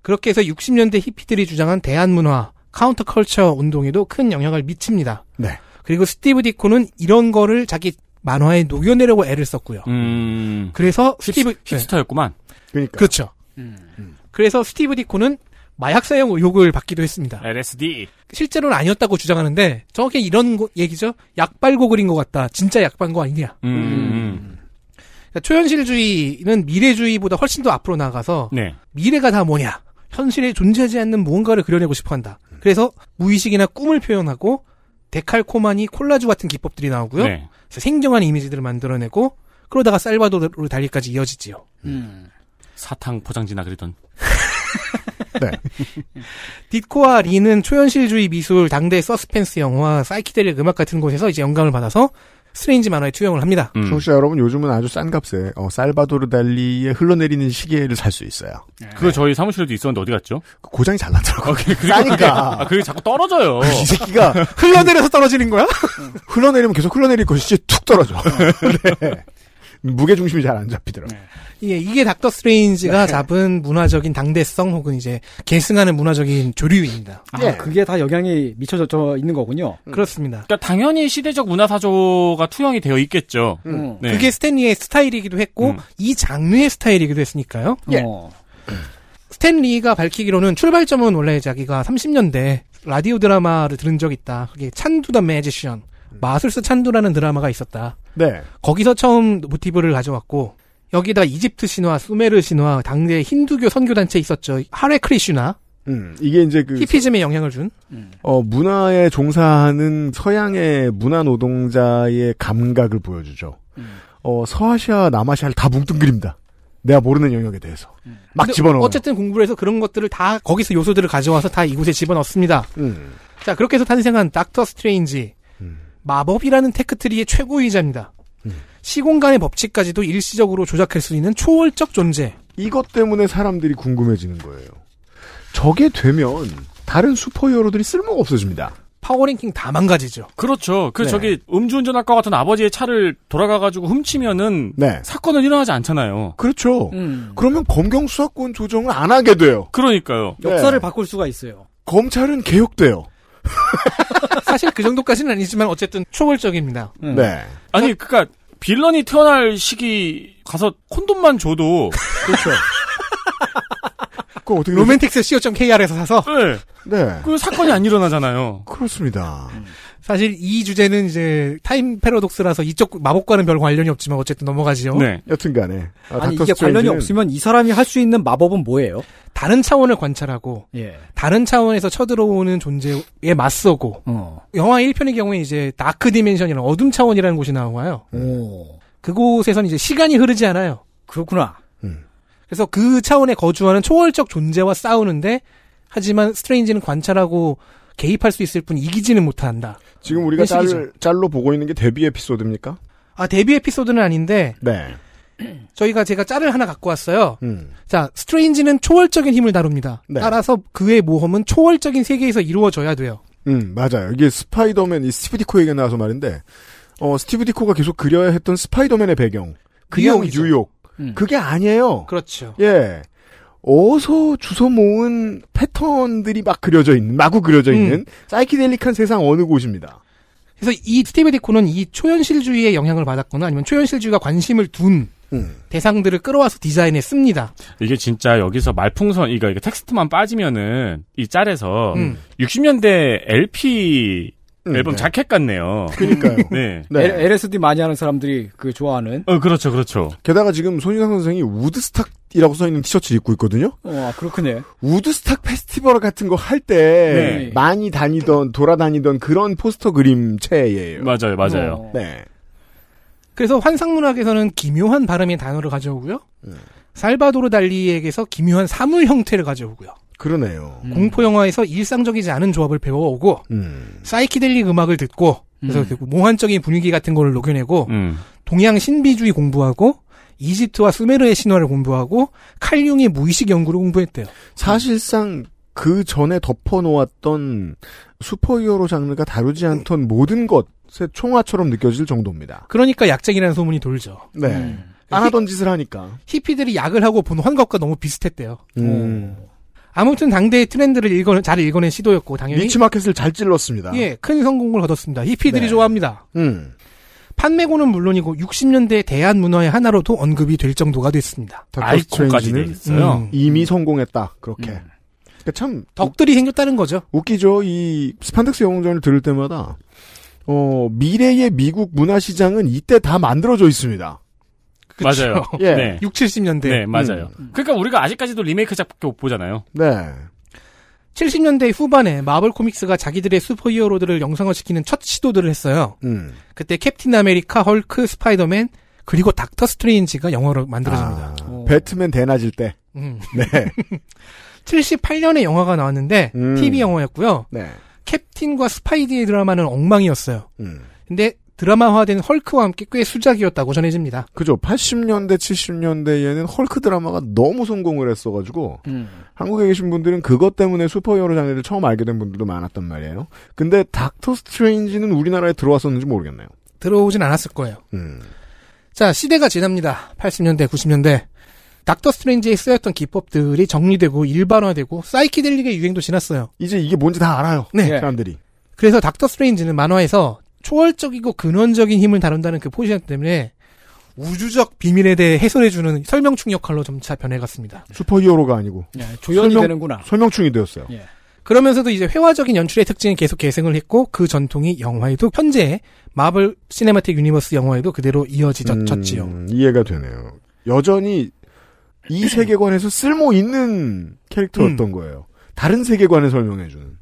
[SPEAKER 5] 그렇게 해서 60년대 히피들이 주장한 대한 문화, 카운터 컬처 운동에도 큰 영향을 미칩니다.
[SPEAKER 2] 네.
[SPEAKER 5] 그리고 스티브 디코는 이런 거를 자기 만화에 녹여내려고 애를 썼고요.
[SPEAKER 4] 음.
[SPEAKER 5] 그래서 스티브 네.
[SPEAKER 4] 힙- 힙스터였구만.
[SPEAKER 2] 그러니까
[SPEAKER 5] 그렇죠. 그래서 스티브 디코는 마약 사용 의혹을 받기도 했습니다.
[SPEAKER 4] 네. LSD.
[SPEAKER 5] 실제로는 아니었다고 주장하는데 정확히 이런 거- 얘기죠. 약 빨고 그린 것 같다. 진짜 약 빨은 거 아니냐.
[SPEAKER 4] 음. 음.
[SPEAKER 5] 그러니까 초현실주의는 미래주의보다 훨씬 더 앞으로 나가서
[SPEAKER 4] 네.
[SPEAKER 5] 미래가 다 뭐냐. 현실에 존재하지 않는 무언가를 그려내고 싶어 한다. 그래서 무의식이나 꿈을 표현하고 데칼코마니 콜라주 같은 기법들이 나오고요.
[SPEAKER 4] 네.
[SPEAKER 5] 그래서 생경한 이미지들을 만들어내고 그러다가 살바도르 달리까지 이어지지요.
[SPEAKER 4] 사탕 포장지나 그리던.
[SPEAKER 5] 디코와 리는 초현실주의 미술, 당대 서스펜스 영화, 사이키델릭 음악 같은 곳에서 이제 영감을 받아서 스트레인지 만화에 투영을 합니다.
[SPEAKER 2] 음. 청취자 여러분 요즘은 아주 싼 값에 어, 살바도르 달리의 흘러내리는 시계를 살 수 있어요. 그
[SPEAKER 4] 그거 저희 사무실에도 있었는데 어디 갔죠?
[SPEAKER 2] 고장이 잘 났더라고요.
[SPEAKER 4] 싸니까.
[SPEAKER 2] 싸니까.
[SPEAKER 4] 그게 자꾸 떨어져요.
[SPEAKER 2] 이 새끼가
[SPEAKER 5] 흘러내려서 떨어지는 거야?
[SPEAKER 2] 흘러내리면 계속 흘러내릴 것이지 툭 떨어져. 네. 무게 중심이 잘 안 잡히더라고요.
[SPEAKER 5] 예, 이게 닥터 스트레인지가 잡은 문화적인 당대성 혹은 이제 계승하는 문화적인 조류입니다.
[SPEAKER 3] 아, 그게 다 영향이 미쳐져 있는 거군요.
[SPEAKER 5] 그렇습니다.
[SPEAKER 4] 그러니까 당연히 시대적 문화사조가 투영이 되어 있겠죠.
[SPEAKER 3] 음.
[SPEAKER 4] 네.
[SPEAKER 5] 그게 스탠리의 스타일이기도 했고
[SPEAKER 4] 음.
[SPEAKER 5] 이 장르의 스타일이기도 했으니까요.
[SPEAKER 3] 어.
[SPEAKER 5] 스탠리가 밝히기로는 출발점은 원래 자기가 30년대 라디오 드라마를 들은 적 있다. 그게 찬두 더 매지션
[SPEAKER 2] 음.
[SPEAKER 5] 마술사 찬두라는 드라마가 있었다.
[SPEAKER 2] 네.
[SPEAKER 5] 거기서 처음 모티브를 가져왔고 여기다 이집트 신화, 수메르 신화, 당대 힌두교 선교 단체 있었죠. 하레 크리슈나
[SPEAKER 2] 음, 이게 이제 그
[SPEAKER 5] 히피즘에 영향을 준
[SPEAKER 2] 어, 문화에 종사하는 서양의 문화 노동자의 감각을 보여주죠.
[SPEAKER 5] 음.
[SPEAKER 2] 어, 서아시아, 남아시아를 다 뭉뚱그립니다. 내가 모르는 영역에 대해서 막
[SPEAKER 5] 음. 근데
[SPEAKER 2] 집어넣어.
[SPEAKER 5] 어쨌든 공부를 해서 그런 것들을 다 거기서 요소들을 가져와서 다 이곳에 집어넣습니다.
[SPEAKER 2] 음,
[SPEAKER 5] 자 그렇게 해서 탄생한 닥터 스트레인지 마법이라는 테크트리의 최고의자입니다. 시공간의 법칙까지도 일시적으로 조작할 수 있는 초월적 존재.
[SPEAKER 2] 이것 때문에 사람들이 궁금해지는 거예요. 저게 되면 다른 슈퍼히어로들이 쓸모가 없어집니다.
[SPEAKER 5] 파워랭킹 다 망가지죠.
[SPEAKER 4] 그렇죠. 그
[SPEAKER 2] 네.
[SPEAKER 4] 저기 음주운전할 것 같은 아버지의 차를 돌아가가지고 훔치면은
[SPEAKER 2] 네,
[SPEAKER 4] 사건은 일어나지 않잖아요.
[SPEAKER 2] 그렇죠.
[SPEAKER 3] 음.
[SPEAKER 2] 그러면 검경 수사권 조정을 안 하게 돼요.
[SPEAKER 4] 그러니까요.
[SPEAKER 3] 역사를
[SPEAKER 2] 네.
[SPEAKER 3] 바꿀 수가 있어요.
[SPEAKER 2] 검찰은 개혁돼요.
[SPEAKER 5] 사실 그 정도까지는 아니지만 어쨌든 초월적입니다.
[SPEAKER 3] 음.
[SPEAKER 2] 네.
[SPEAKER 4] 아니 그러니까 빌런이 태어날 시기 가서 콘돔만 줘도
[SPEAKER 2] 그렇죠. 그거 어떻게 되죠?
[SPEAKER 5] 로맨틱스 co.kr에서 사서
[SPEAKER 4] 네.
[SPEAKER 2] 네.
[SPEAKER 4] 그 사건이 안 일어나잖아요.
[SPEAKER 2] 그렇습니다.
[SPEAKER 3] 음.
[SPEAKER 5] 사실 이 주제는 이제 타임 패러독스라서 이쪽 마법과는 별 관련이 없지만 어쨌든 넘어가지요.
[SPEAKER 4] 네.
[SPEAKER 2] 여튼간에 아,
[SPEAKER 3] 아니
[SPEAKER 2] 닥터
[SPEAKER 3] 이게 관련이
[SPEAKER 2] 스트레인지는
[SPEAKER 3] 없으면 이 사람이 할 수 있는 마법은 뭐예요?
[SPEAKER 5] 다른 차원을 관찰하고
[SPEAKER 3] 예.
[SPEAKER 5] 다른 차원에서 쳐들어오는 존재에 맞서고
[SPEAKER 3] 어.
[SPEAKER 5] 영화 1편의 경우에 이제 다크 디멘션이라는 어둠 차원이라는 곳이 나와요.
[SPEAKER 3] 오.
[SPEAKER 5] 그곳에선 이제 시간이 흐르지 않아요.
[SPEAKER 3] 그렇구나.
[SPEAKER 5] 그래서 그 차원에 거주하는 초월적 존재와 싸우는데 하지만 스트레인지는 관찰하고 개입할 수 있을 뿐 이기지는 못한다.
[SPEAKER 2] 지금 우리가 짤,
[SPEAKER 5] 일식이죠.
[SPEAKER 2] 짤로 보고 있는 게 데뷔 에피소드입니까?
[SPEAKER 5] 아 데뷔 에피소드는 아닌데
[SPEAKER 2] 네.
[SPEAKER 5] 저희가 제가 짤을 하나 갖고 왔어요.
[SPEAKER 2] 음.
[SPEAKER 5] 자 스트레인지는 초월적인 힘을 다룹니다.
[SPEAKER 2] 네.
[SPEAKER 5] 따라서 그의 모험은 초월적인 세계에서 이루어져야 돼요.
[SPEAKER 2] 음, 맞아요. 이게 스파이더맨, 이 스티브 디코 얘기 나와서 말인데, 어, 스티브 디코가 계속 그려야 했던 스파이더맨의 배경. 그냥
[SPEAKER 5] 뉴욕이죠.
[SPEAKER 2] 뉴욕.
[SPEAKER 3] 음.
[SPEAKER 2] 그게 아니에요.
[SPEAKER 5] 그렇죠.
[SPEAKER 2] 예. 어서 주워 모은 패턴들이 막 그려져 있는, 마구 그려져
[SPEAKER 3] 음.
[SPEAKER 2] 있는, 사이키델릭한 세상 어느 곳입니다.
[SPEAKER 5] 그래서 이 스티브 디코는 이 초현실주의의 영향을 받았거나 아니면 초현실주의가 관심을 둔
[SPEAKER 2] 음.
[SPEAKER 5] 대상들을 끌어와서 디자인했습니다.
[SPEAKER 4] 이게 진짜 여기서 말풍선 이거 이거 텍스트만 빠지면은 이 짤에서
[SPEAKER 5] 음.
[SPEAKER 4] 60년대 LP
[SPEAKER 2] 음,
[SPEAKER 4] 앨범
[SPEAKER 2] 네.
[SPEAKER 4] 자켓 같네요.
[SPEAKER 2] 그니까요.
[SPEAKER 4] 네.
[SPEAKER 2] 네.
[SPEAKER 3] L- LSD 많이 하는 사람들이 그 좋아하는.
[SPEAKER 4] 어 그렇죠 그렇죠.
[SPEAKER 2] 게다가 지금 손인상 선생이 우드스탁이라고 써있는 티셔츠 입고 있거든요?
[SPEAKER 3] 어, 그렇군요.
[SPEAKER 2] 우드스탁 페스티벌 같은 거 할 때
[SPEAKER 3] 네.
[SPEAKER 2] 많이 다니던 돌아다니던 그런 포스터 그림체예요.
[SPEAKER 4] 맞아요 맞아요.
[SPEAKER 3] 어.
[SPEAKER 2] 네.
[SPEAKER 5] 그래서 환상문학에서는 기묘한 발음의 단어를 가져오고요.
[SPEAKER 2] 음.
[SPEAKER 5] 살바도르 달리에게서 기묘한 사물 형태를 가져오고요.
[SPEAKER 2] 그러네요.
[SPEAKER 4] 음.
[SPEAKER 5] 공포 영화에서 일상적이지 않은 조합을 배워오고
[SPEAKER 2] 음.
[SPEAKER 5] 사이키델릭 음악을 듣고 그래서 그 몽환적인 분위기 같은 거를 녹여내고
[SPEAKER 4] 음.
[SPEAKER 5] 동양 신비주의 공부하고 이집트와 수메르의 신화를 공부하고 칼융의 무의식 연구를 공부했대요.
[SPEAKER 2] 사실상 그 전에 덮어놓았던 슈퍼히어로 장르가 다루지 않던 모든 것의 총화처럼 느껴질 정도입니다.
[SPEAKER 5] 그러니까 약쟁이라는 소문이 돌죠.
[SPEAKER 2] 네.
[SPEAKER 4] 음.
[SPEAKER 2] 안 하던 짓을 하니까.
[SPEAKER 5] 히피들이 약을 하고 본 환각과 너무 비슷했대요.
[SPEAKER 2] 음.
[SPEAKER 5] 아무튼 당대의 트렌드를 읽어, 잘 읽어낸 시도였고
[SPEAKER 4] 음.
[SPEAKER 5] 당연히
[SPEAKER 2] 니치마켓을 잘 찔렀습니다.
[SPEAKER 5] 예, 큰 성공을 거뒀습니다. 히피들이
[SPEAKER 2] 네.
[SPEAKER 5] 좋아합니다.
[SPEAKER 2] 음.
[SPEAKER 5] 판매고는 물론이고 60년대 대한 문화의 하나로도 언급이 될 정도가 됐습니다.
[SPEAKER 2] 닥터
[SPEAKER 4] 아이콘까지 돼
[SPEAKER 2] 스트레인지는
[SPEAKER 4] 있어요.
[SPEAKER 5] 음.
[SPEAKER 2] 이미 성공했다. 그렇게. 그러니까 참
[SPEAKER 5] 덕들이 생겼다는 거죠.
[SPEAKER 2] 웃기죠. 이 스판덱스 영웅전을 들을 때마다 어 미래의 미국 문화 시장은 이때 다 만들어져 있습니다.
[SPEAKER 4] 맞아요.
[SPEAKER 2] 예. 음.
[SPEAKER 4] 네.
[SPEAKER 5] 6, 70년대.
[SPEAKER 4] 네, 맞아요. 그러니까 우리가 아직까지도 리메이크 작밖에 못 보잖아요.
[SPEAKER 2] 네.
[SPEAKER 5] 70년대 후반에 마블 코믹스가 자기들의 슈퍼히어로들을 영상화시키는 첫 시도들을 했어요.
[SPEAKER 2] 음.
[SPEAKER 5] 그때 캡틴 아메리카, 헐크, 스파이더맨 그리고 닥터 스트레인지가 영화로 만들어집니다.
[SPEAKER 2] 아, 배트맨 대낮일 때.
[SPEAKER 5] 음.
[SPEAKER 2] 네.
[SPEAKER 5] 78년에 영화가 나왔는데
[SPEAKER 2] 음.
[SPEAKER 5] TV 영화였고요.
[SPEAKER 2] 네.
[SPEAKER 5] 캡틴과 스파이디의 드라마는 엉망이었어요.
[SPEAKER 2] 음.
[SPEAKER 5] 근데 드라마화된 헐크와 함께 꽤 수작이었다고 전해집니다.
[SPEAKER 2] 그죠. 80년대, 70년대에는 헐크 드라마가 너무 성공을 했어가지고,
[SPEAKER 5] 음.
[SPEAKER 2] 한국에 계신 분들은 그것 때문에 슈퍼히어로 장르를 처음 알게 된 분들도 많았단 말이에요. 근데 닥터 스트레인지는 우리나라에 들어왔었는지 모르겠네요.
[SPEAKER 5] 들어오진 않았을 거예요.
[SPEAKER 2] 음.
[SPEAKER 5] 자, 시대가 지납니다. 80년대, 90년대. 닥터 스트레인지에 쓰였던 기법들이 정리되고 일반화되고 사이키델릭의 유행도 지났어요.
[SPEAKER 2] 이제 이게 뭔지 다 알아요.
[SPEAKER 5] 네.
[SPEAKER 2] 사람들이.
[SPEAKER 5] 그래서 닥터 스트레인지는 만화에서 초월적이고 근원적인 힘을 다룬다는 그 포지션 때문에 우주적 비밀에 대해 해설해주는 설명충 역할로 점차 변해갔습니다.
[SPEAKER 2] 슈퍼히어로가 아니고,
[SPEAKER 3] 예, 조연이
[SPEAKER 2] 설명-
[SPEAKER 3] 되는구나.
[SPEAKER 2] 설명충이 되었어요.
[SPEAKER 5] 그러면서도 이제 회화적인 연출의 특징이 계속 계승을 했고 그 전통이 영화에도 현재 마블 시네마틱 유니버스 영화에도 그대로 이어지졌지요.
[SPEAKER 2] 음, 이해가 되네요. 여전히
[SPEAKER 5] 음.
[SPEAKER 2] 이 세계관에서 쓸모 있는 캐릭터였던 거예요. 다른 세계관을 설명해주는.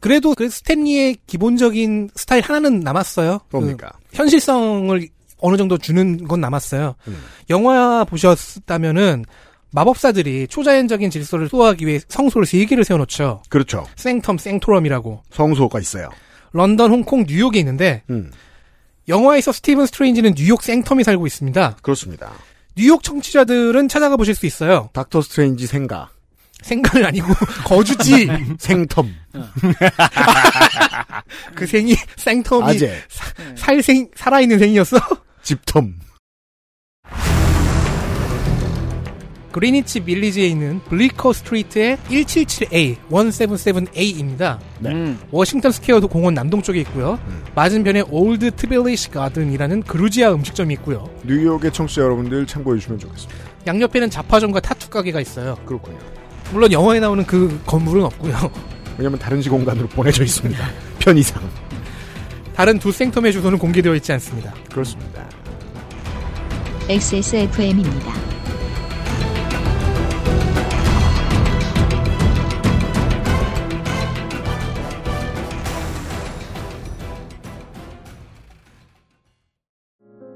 [SPEAKER 5] 그래도 그 스탠리의 기본적인 스타일 하나는 남았어요. 그
[SPEAKER 2] 뭡니까?
[SPEAKER 5] 현실성을 어느 정도 주는 건 남았어요.
[SPEAKER 2] 음.
[SPEAKER 5] 영화 보셨다면은 마법사들이 초자연적인 질서를 소화하기 위해 성소를 세 개를 세워놓죠.
[SPEAKER 2] 그렇죠.
[SPEAKER 5] 생텀, 생토럼이라고.
[SPEAKER 2] 성소가 있어요.
[SPEAKER 5] 런던, 홍콩, 뉴욕에 있는데
[SPEAKER 2] 음,
[SPEAKER 5] 영화에서 스티븐 스트레인지는 뉴욕 생텀이 살고 있습니다.
[SPEAKER 2] 그렇습니다.
[SPEAKER 5] 뉴욕 청취자들은 찾아가 보실 수 있어요.
[SPEAKER 2] 닥터 스트레인지 생가.
[SPEAKER 5] 생가는 아니고 거주지
[SPEAKER 2] 생텀.
[SPEAKER 5] 그 생이 생텀이
[SPEAKER 2] 아재.
[SPEAKER 5] 살생 살아있는 생이었어.
[SPEAKER 2] 집텀.
[SPEAKER 5] 그리니치 빌리지에 있는 블리커 스트리트의 177A, 177A입니다.
[SPEAKER 2] 네.
[SPEAKER 5] 워싱턴 스퀘어도 공원 남동쪽에 있고요.
[SPEAKER 2] 음.
[SPEAKER 5] 맞은편에 올드 트빌리시 가든이라는 그루지아 음식점이 있고요.
[SPEAKER 2] 뉴욕의 청취자 여러분들 참고해주시면 좋겠습니다.
[SPEAKER 5] 양옆에는 자파점과 타투 가게가 있어요.
[SPEAKER 2] 그렇군요.
[SPEAKER 5] 물론 영화에 나오는 그 건물은 없고요.
[SPEAKER 2] 왜냐면 다른 시공간으로 보내져 있습니다. 편의상.
[SPEAKER 5] 다른 두 생텀의 주소는 공개되어 있지 않습니다.
[SPEAKER 2] 그렇습니다.
[SPEAKER 1] XSFM입니다.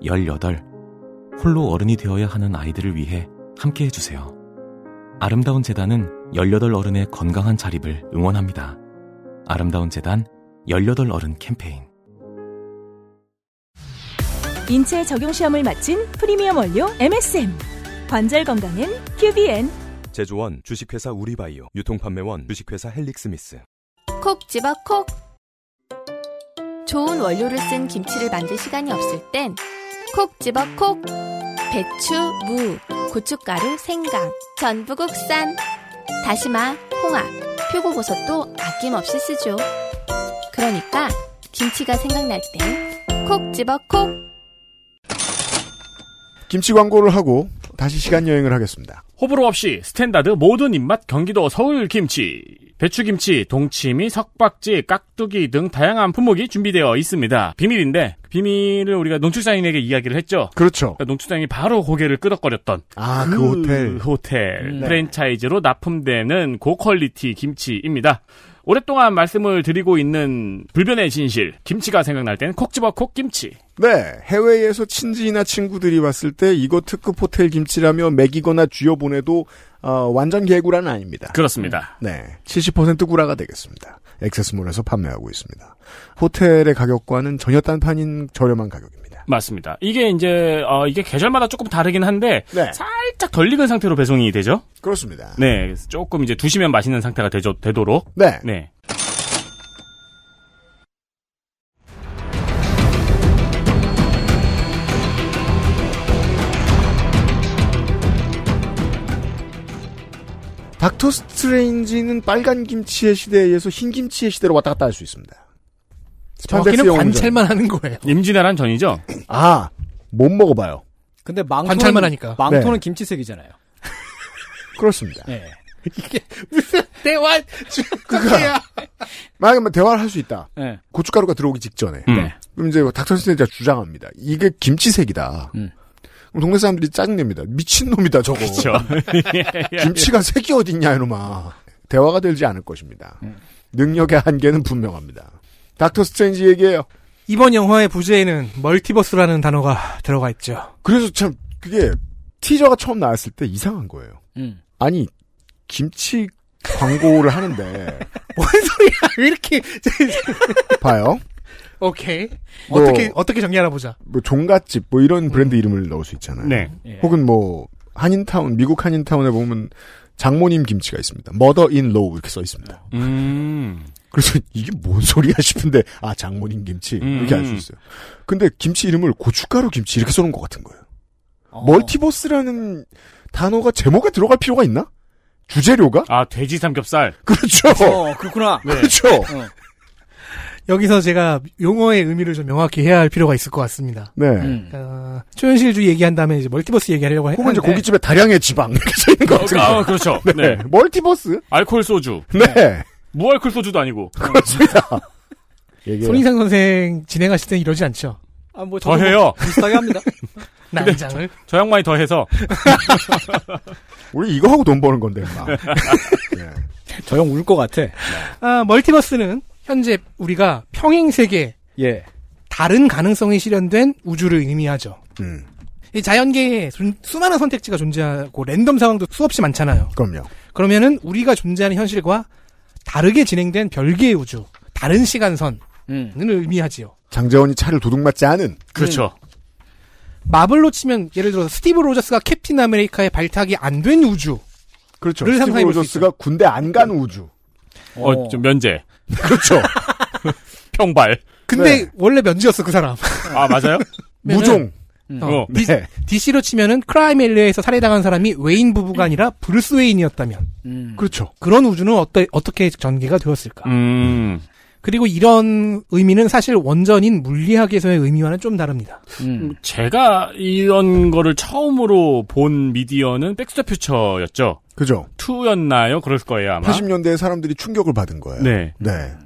[SPEAKER 11] 열여덟 홀로 어른이 되어야 하는 아이들을 위해 함께 해주세요. 아름다운 재단은 18 어른의 건강한 자립을 응원합니다. 아름다운 재단 18 어른 캠페인.
[SPEAKER 9] 인체 적용 시험을 마친 프리미엄 원료 MSM. 관절 건강엔 큐비엔.
[SPEAKER 8] 제조원 주식회사 우리바이오 유통판매원 주식회사 헬릭스미스
[SPEAKER 7] 콕 집어 콕. 좋은 원료를 쓴 김치를 만들 시간이 없을 땐 콕 집어 콕. 배추, 무, 고춧가루, 생강, 전부 국산. 다시마, 홍합, 표고버섯도 아낌없이 쓰죠. 그러니까 김치가 생각날 땐 콕 집어 콕.
[SPEAKER 2] 김치 광고를 하고 다시 시간 여행을 하겠습니다.
[SPEAKER 4] 호불호 없이 스탠다드 모든 입맛 경기도 서울 김치. 배추김치, 동치미, 석박지, 깍두기 등 다양한 품목이 준비되어 있습니다. 비밀인데 비밀을 우리가 농축사인에게 이야기를 했죠.
[SPEAKER 2] 그렇죠.
[SPEAKER 4] 그러니까 농축사인이 바로 고개를 끄덕거렸던
[SPEAKER 2] 아, 그
[SPEAKER 5] 음.
[SPEAKER 2] 호텔.
[SPEAKER 4] 호텔 프랜차이즈로 납품되는 고퀄리티 김치입니다. 오랫동안 말씀을 드리고 있는 불변의 진실 김치가 생각날 땐 콕 집어 콕 김치.
[SPEAKER 2] 네, 해외에서 친지나 친구들이 왔을 때 이거 특급 호텔 김치라며 먹이거나 쥐어보내도 어, 완전 개구라는 아닙니다.
[SPEAKER 4] 그렇습니다.
[SPEAKER 2] 네, 70% 구라가 되겠습니다. 액세스몰에서 판매하고 있습니다. 호텔의 가격과는 전혀 딴판인 저렴한 가격입니다.
[SPEAKER 4] 맞습니다. 이게 이제 어, 이게 계절마다 조금 다르긴 한데
[SPEAKER 2] 네,
[SPEAKER 4] 살짝 덜 익은 상태로 배송이 되죠.
[SPEAKER 2] 그렇습니다.
[SPEAKER 4] 네, 그래서 조금 이제 두시면 맛있는 상태가 되죠, 되도록.
[SPEAKER 2] 네,
[SPEAKER 4] 네.
[SPEAKER 2] 닥터 스트레인지는 빨간 김치의 시대에 의해서 흰 김치의 시대로 왔다 갔다 할 수 있습니다. 스판덱스
[SPEAKER 5] 정확히는
[SPEAKER 2] 영웅전.
[SPEAKER 5] 관찰만 하는 거예요.
[SPEAKER 4] 임진왜란 전이죠.
[SPEAKER 2] 아, 못 먹어봐요.
[SPEAKER 3] 근데 망토는
[SPEAKER 5] 관찰만 하니까.
[SPEAKER 3] 망토는
[SPEAKER 2] 네.
[SPEAKER 3] 김치색이잖아요.
[SPEAKER 2] 그렇습니다.
[SPEAKER 5] 네.
[SPEAKER 3] 예.
[SPEAKER 5] 대화
[SPEAKER 2] 그니까 만약에 뭐 대화를 할 수 있다.
[SPEAKER 3] 예.
[SPEAKER 2] 고춧가루가 들어오기 직전에.
[SPEAKER 4] 음.
[SPEAKER 3] 네.
[SPEAKER 2] 그럼 이제 뭐 닥터 스탠지가 주장합니다. 이게 김치색이다.
[SPEAKER 3] 음.
[SPEAKER 2] 그럼 동네 사람들이 짜증냅니다. 미친놈이다, 저거.
[SPEAKER 4] 그렇죠.
[SPEAKER 2] 김치가 색이 어딨냐, 이놈아. 대화가 되지 않을 것입니다.
[SPEAKER 3] 음.
[SPEAKER 2] 능력의 한계는 분명합니다. 닥터 스트레인지에게
[SPEAKER 5] 이번 영화의 부제에는 멀티버스라는 단어가 들어가 있죠.
[SPEAKER 2] 그래서 참 그게 티저가 처음 나왔을 때 이상한 거예요.
[SPEAKER 3] 음.
[SPEAKER 2] 아니 김치 광고를 하는데
[SPEAKER 5] 뭔 소리야? 왜 이렇게
[SPEAKER 2] 봐요.
[SPEAKER 5] 오케이.
[SPEAKER 2] 뭐-
[SPEAKER 5] 어떻게, 어떻게 정리하나 보자.
[SPEAKER 2] 뭐 종갓집 뭐 이런 브랜드 이름을 넣을 수 있잖아요.
[SPEAKER 5] 네.
[SPEAKER 2] 혹은 뭐 한인타운 미국 한인타운에 보면 장모님 김치가 있습니다. 머더 인 로우 이렇게 써 있습니다.
[SPEAKER 4] 음.
[SPEAKER 2] 그래서 이게 뭔 소리야 싶은데 아 장모님 김치 이렇게 알 수
[SPEAKER 12] 음.
[SPEAKER 2] 있어요. 근데 김치 이름을 고춧가루 김치 이렇게 써놓은 것 같은 거예요.
[SPEAKER 3] 어.
[SPEAKER 2] 멀티버스라는 단어가 제목에 들어갈 필요가 있나? 주재료가?
[SPEAKER 4] 아 돼지 삼겹살.
[SPEAKER 2] 그렇죠.
[SPEAKER 3] 어, 그렇구나.
[SPEAKER 2] 그렇죠.
[SPEAKER 5] 여기서 제가 용어의 의미를 좀 명확히 해야 할 필요가 있을 것 같습니다.
[SPEAKER 2] 네.
[SPEAKER 5] 어, 초현실주의 얘기한 다음에 이제 멀티버스 얘기하려고 했는데.
[SPEAKER 2] 혹은 이제 고깃집에 다량의 지방 이렇게 써 있는 것 같은 거.
[SPEAKER 4] 아, 아, 그렇죠.
[SPEAKER 2] 네.
[SPEAKER 4] 네.
[SPEAKER 2] 멀티버스.
[SPEAKER 4] 알코올 소주.
[SPEAKER 2] 네.
[SPEAKER 4] 무알콜 소주도 아니고.
[SPEAKER 2] 그렇습니다.
[SPEAKER 5] 손인상 선생 진행하실 땐 이러지 않죠.
[SPEAKER 3] 아, 뭐
[SPEAKER 4] 저도 더 해요. 뭐
[SPEAKER 3] 비슷하게 합니다.
[SPEAKER 2] 네.
[SPEAKER 5] 난장을.
[SPEAKER 4] 저 양반이 더해서.
[SPEAKER 2] 우리 이거 하고 돈 버는 건데. 막.
[SPEAKER 3] 저 형 울 것 같아.
[SPEAKER 5] 아, 멀티버스는 현재 우리가 평행 세계
[SPEAKER 3] 예.
[SPEAKER 5] 다른 가능성이 실현된 우주를 의미하죠.
[SPEAKER 2] 음.
[SPEAKER 5] 이 자연계에 존- 수많은 선택지가 존재하고 랜덤 상황도 수없이 많잖아요.
[SPEAKER 2] 그럼요.
[SPEAKER 5] 그러면은 우리가 존재하는 현실과 다르게 진행된 별개의 우주, 다른 시간선을
[SPEAKER 2] 음.
[SPEAKER 5] 의미하지요.
[SPEAKER 2] 장재원이 차를 도둑 맞지 않은.
[SPEAKER 5] 그렇죠. 마블로 치면 예를 들어 스티브 로저스가 캡틴 아메리카의 발탁이 안 된 우주.
[SPEAKER 2] 그렇죠.
[SPEAKER 5] 를
[SPEAKER 2] 스티브
[SPEAKER 5] 상상해 볼수 있죠.
[SPEAKER 2] 로저스가 네. 군대 안 간 우주.
[SPEAKER 4] 어, 좀 면제.
[SPEAKER 2] 그렇죠.
[SPEAKER 4] 평발. 네.
[SPEAKER 5] 근데 원래 면지였어 그 사람.
[SPEAKER 4] 아, 맞아요?
[SPEAKER 2] 네,
[SPEAKER 5] 무종.
[SPEAKER 4] 어.
[SPEAKER 5] 디- DC로 치면은 크라임 엘리에서 살해당한 사람이 웨인 부부가 아니라 브루스 웨인이었다면
[SPEAKER 2] 그렇죠.
[SPEAKER 5] 그런 우주는 어떠, 어떻게 전개가 되었을까?
[SPEAKER 4] 음.
[SPEAKER 5] 그리고 이런 의미는 사실 원전인 물리학에서의 의미와는 좀 다릅니다.
[SPEAKER 4] 제가 이런 거를 처음으로 본 미디어는 백스터 퓨처였죠.
[SPEAKER 2] 그죠.
[SPEAKER 4] 2였나요? 그럴 거예요, 아마.
[SPEAKER 2] 80년대에 사람들이 충격을 받은 거예요.
[SPEAKER 4] 네.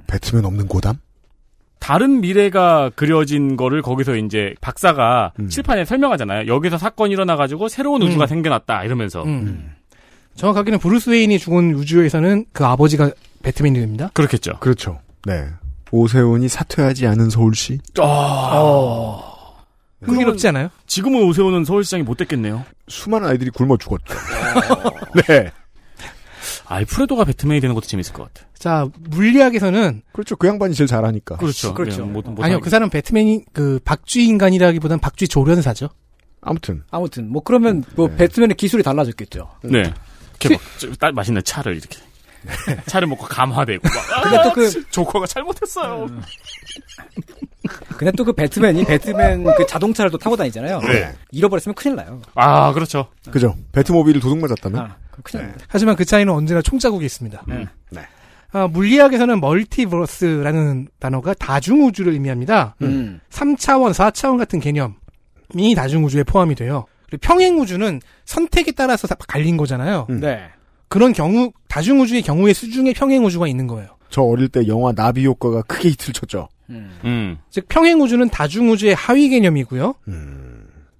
[SPEAKER 2] 배트맨 없는 고담?
[SPEAKER 4] 다른 미래가 그려진 거를 거기서 이제 박사가 칠판에 설명하잖아요. 여기서 사건이 일어나가지고 새로운 우주가
[SPEAKER 5] 음.
[SPEAKER 4] 생겨났다, 이러면서.
[SPEAKER 5] 음. 정확하게는 브루스 웨인이 죽은 우주에서는 그 아버지가 배트맨이 됩니다.
[SPEAKER 4] 그렇겠죠.
[SPEAKER 2] 그렇죠. 네. 오세훈이 사퇴하지 않은 서울시? 아.
[SPEAKER 5] 흥미롭지 않아요?
[SPEAKER 4] 지금은 오세훈은 서울시장이 못 됐겠네요.
[SPEAKER 2] 수많은 아이들이 굶어 죽었죠. 네.
[SPEAKER 4] 알프레도가 배트맨이 되는 것도 재밌을 것 같아.
[SPEAKER 5] 자, 물리학에서는
[SPEAKER 2] 그렇죠. 그 양반이 제일 잘하니까.
[SPEAKER 4] 그렇죠. 그렇죠. 그냥 못- 못
[SPEAKER 5] 아니요, 그 사람 배트맨이 그 박쥐 인간이라기보단 박쥐 조련사죠.
[SPEAKER 2] 아무튼.
[SPEAKER 3] 아무튼 뭐 그러면 뭐 배트맨의 기술이 달라졌겠죠.
[SPEAKER 4] 네.
[SPEAKER 5] 그
[SPEAKER 4] 이렇게 막, 저- 딸 맛있는 차를 이렇게.
[SPEAKER 5] 네.
[SPEAKER 4] 차를 먹고 감화되고. 막,
[SPEAKER 3] 근데
[SPEAKER 4] 아,
[SPEAKER 3] 또 그-
[SPEAKER 4] 조커가 잘못했어요.
[SPEAKER 5] 음.
[SPEAKER 3] 근데 또 그 배트맨이 배트맨 그 자동차를 또 타고 다니잖아요.
[SPEAKER 2] 네.
[SPEAKER 3] 잃어버렸으면 큰일 나요.
[SPEAKER 4] 아, 그렇죠.
[SPEAKER 2] 그죠. 배트모빌을 도둑 맞았다면?
[SPEAKER 3] 네.
[SPEAKER 5] 하지만 그 차이는 언제나 총자국이 있습니다.
[SPEAKER 2] 네.
[SPEAKER 5] 아, 물리학에서는 멀티버스라는 단어가 다중우주를 의미합니다.
[SPEAKER 3] 음.
[SPEAKER 5] 3차원, 4차원 같은 개념이 다중우주에 포함이 돼요. 그리고 평행우주는 선택에 따라서 다 갈린 거잖아요.
[SPEAKER 3] 네.
[SPEAKER 5] 그런 경우, 다중우주의 경우에 수중에 평행우주가 있는 거예요.
[SPEAKER 2] 저 어릴 때 영화 나비 효과가 크게 히트를 쳤죠.
[SPEAKER 4] 음.
[SPEAKER 5] 즉, 평행우주는 다중우주의 하위 개념이고요.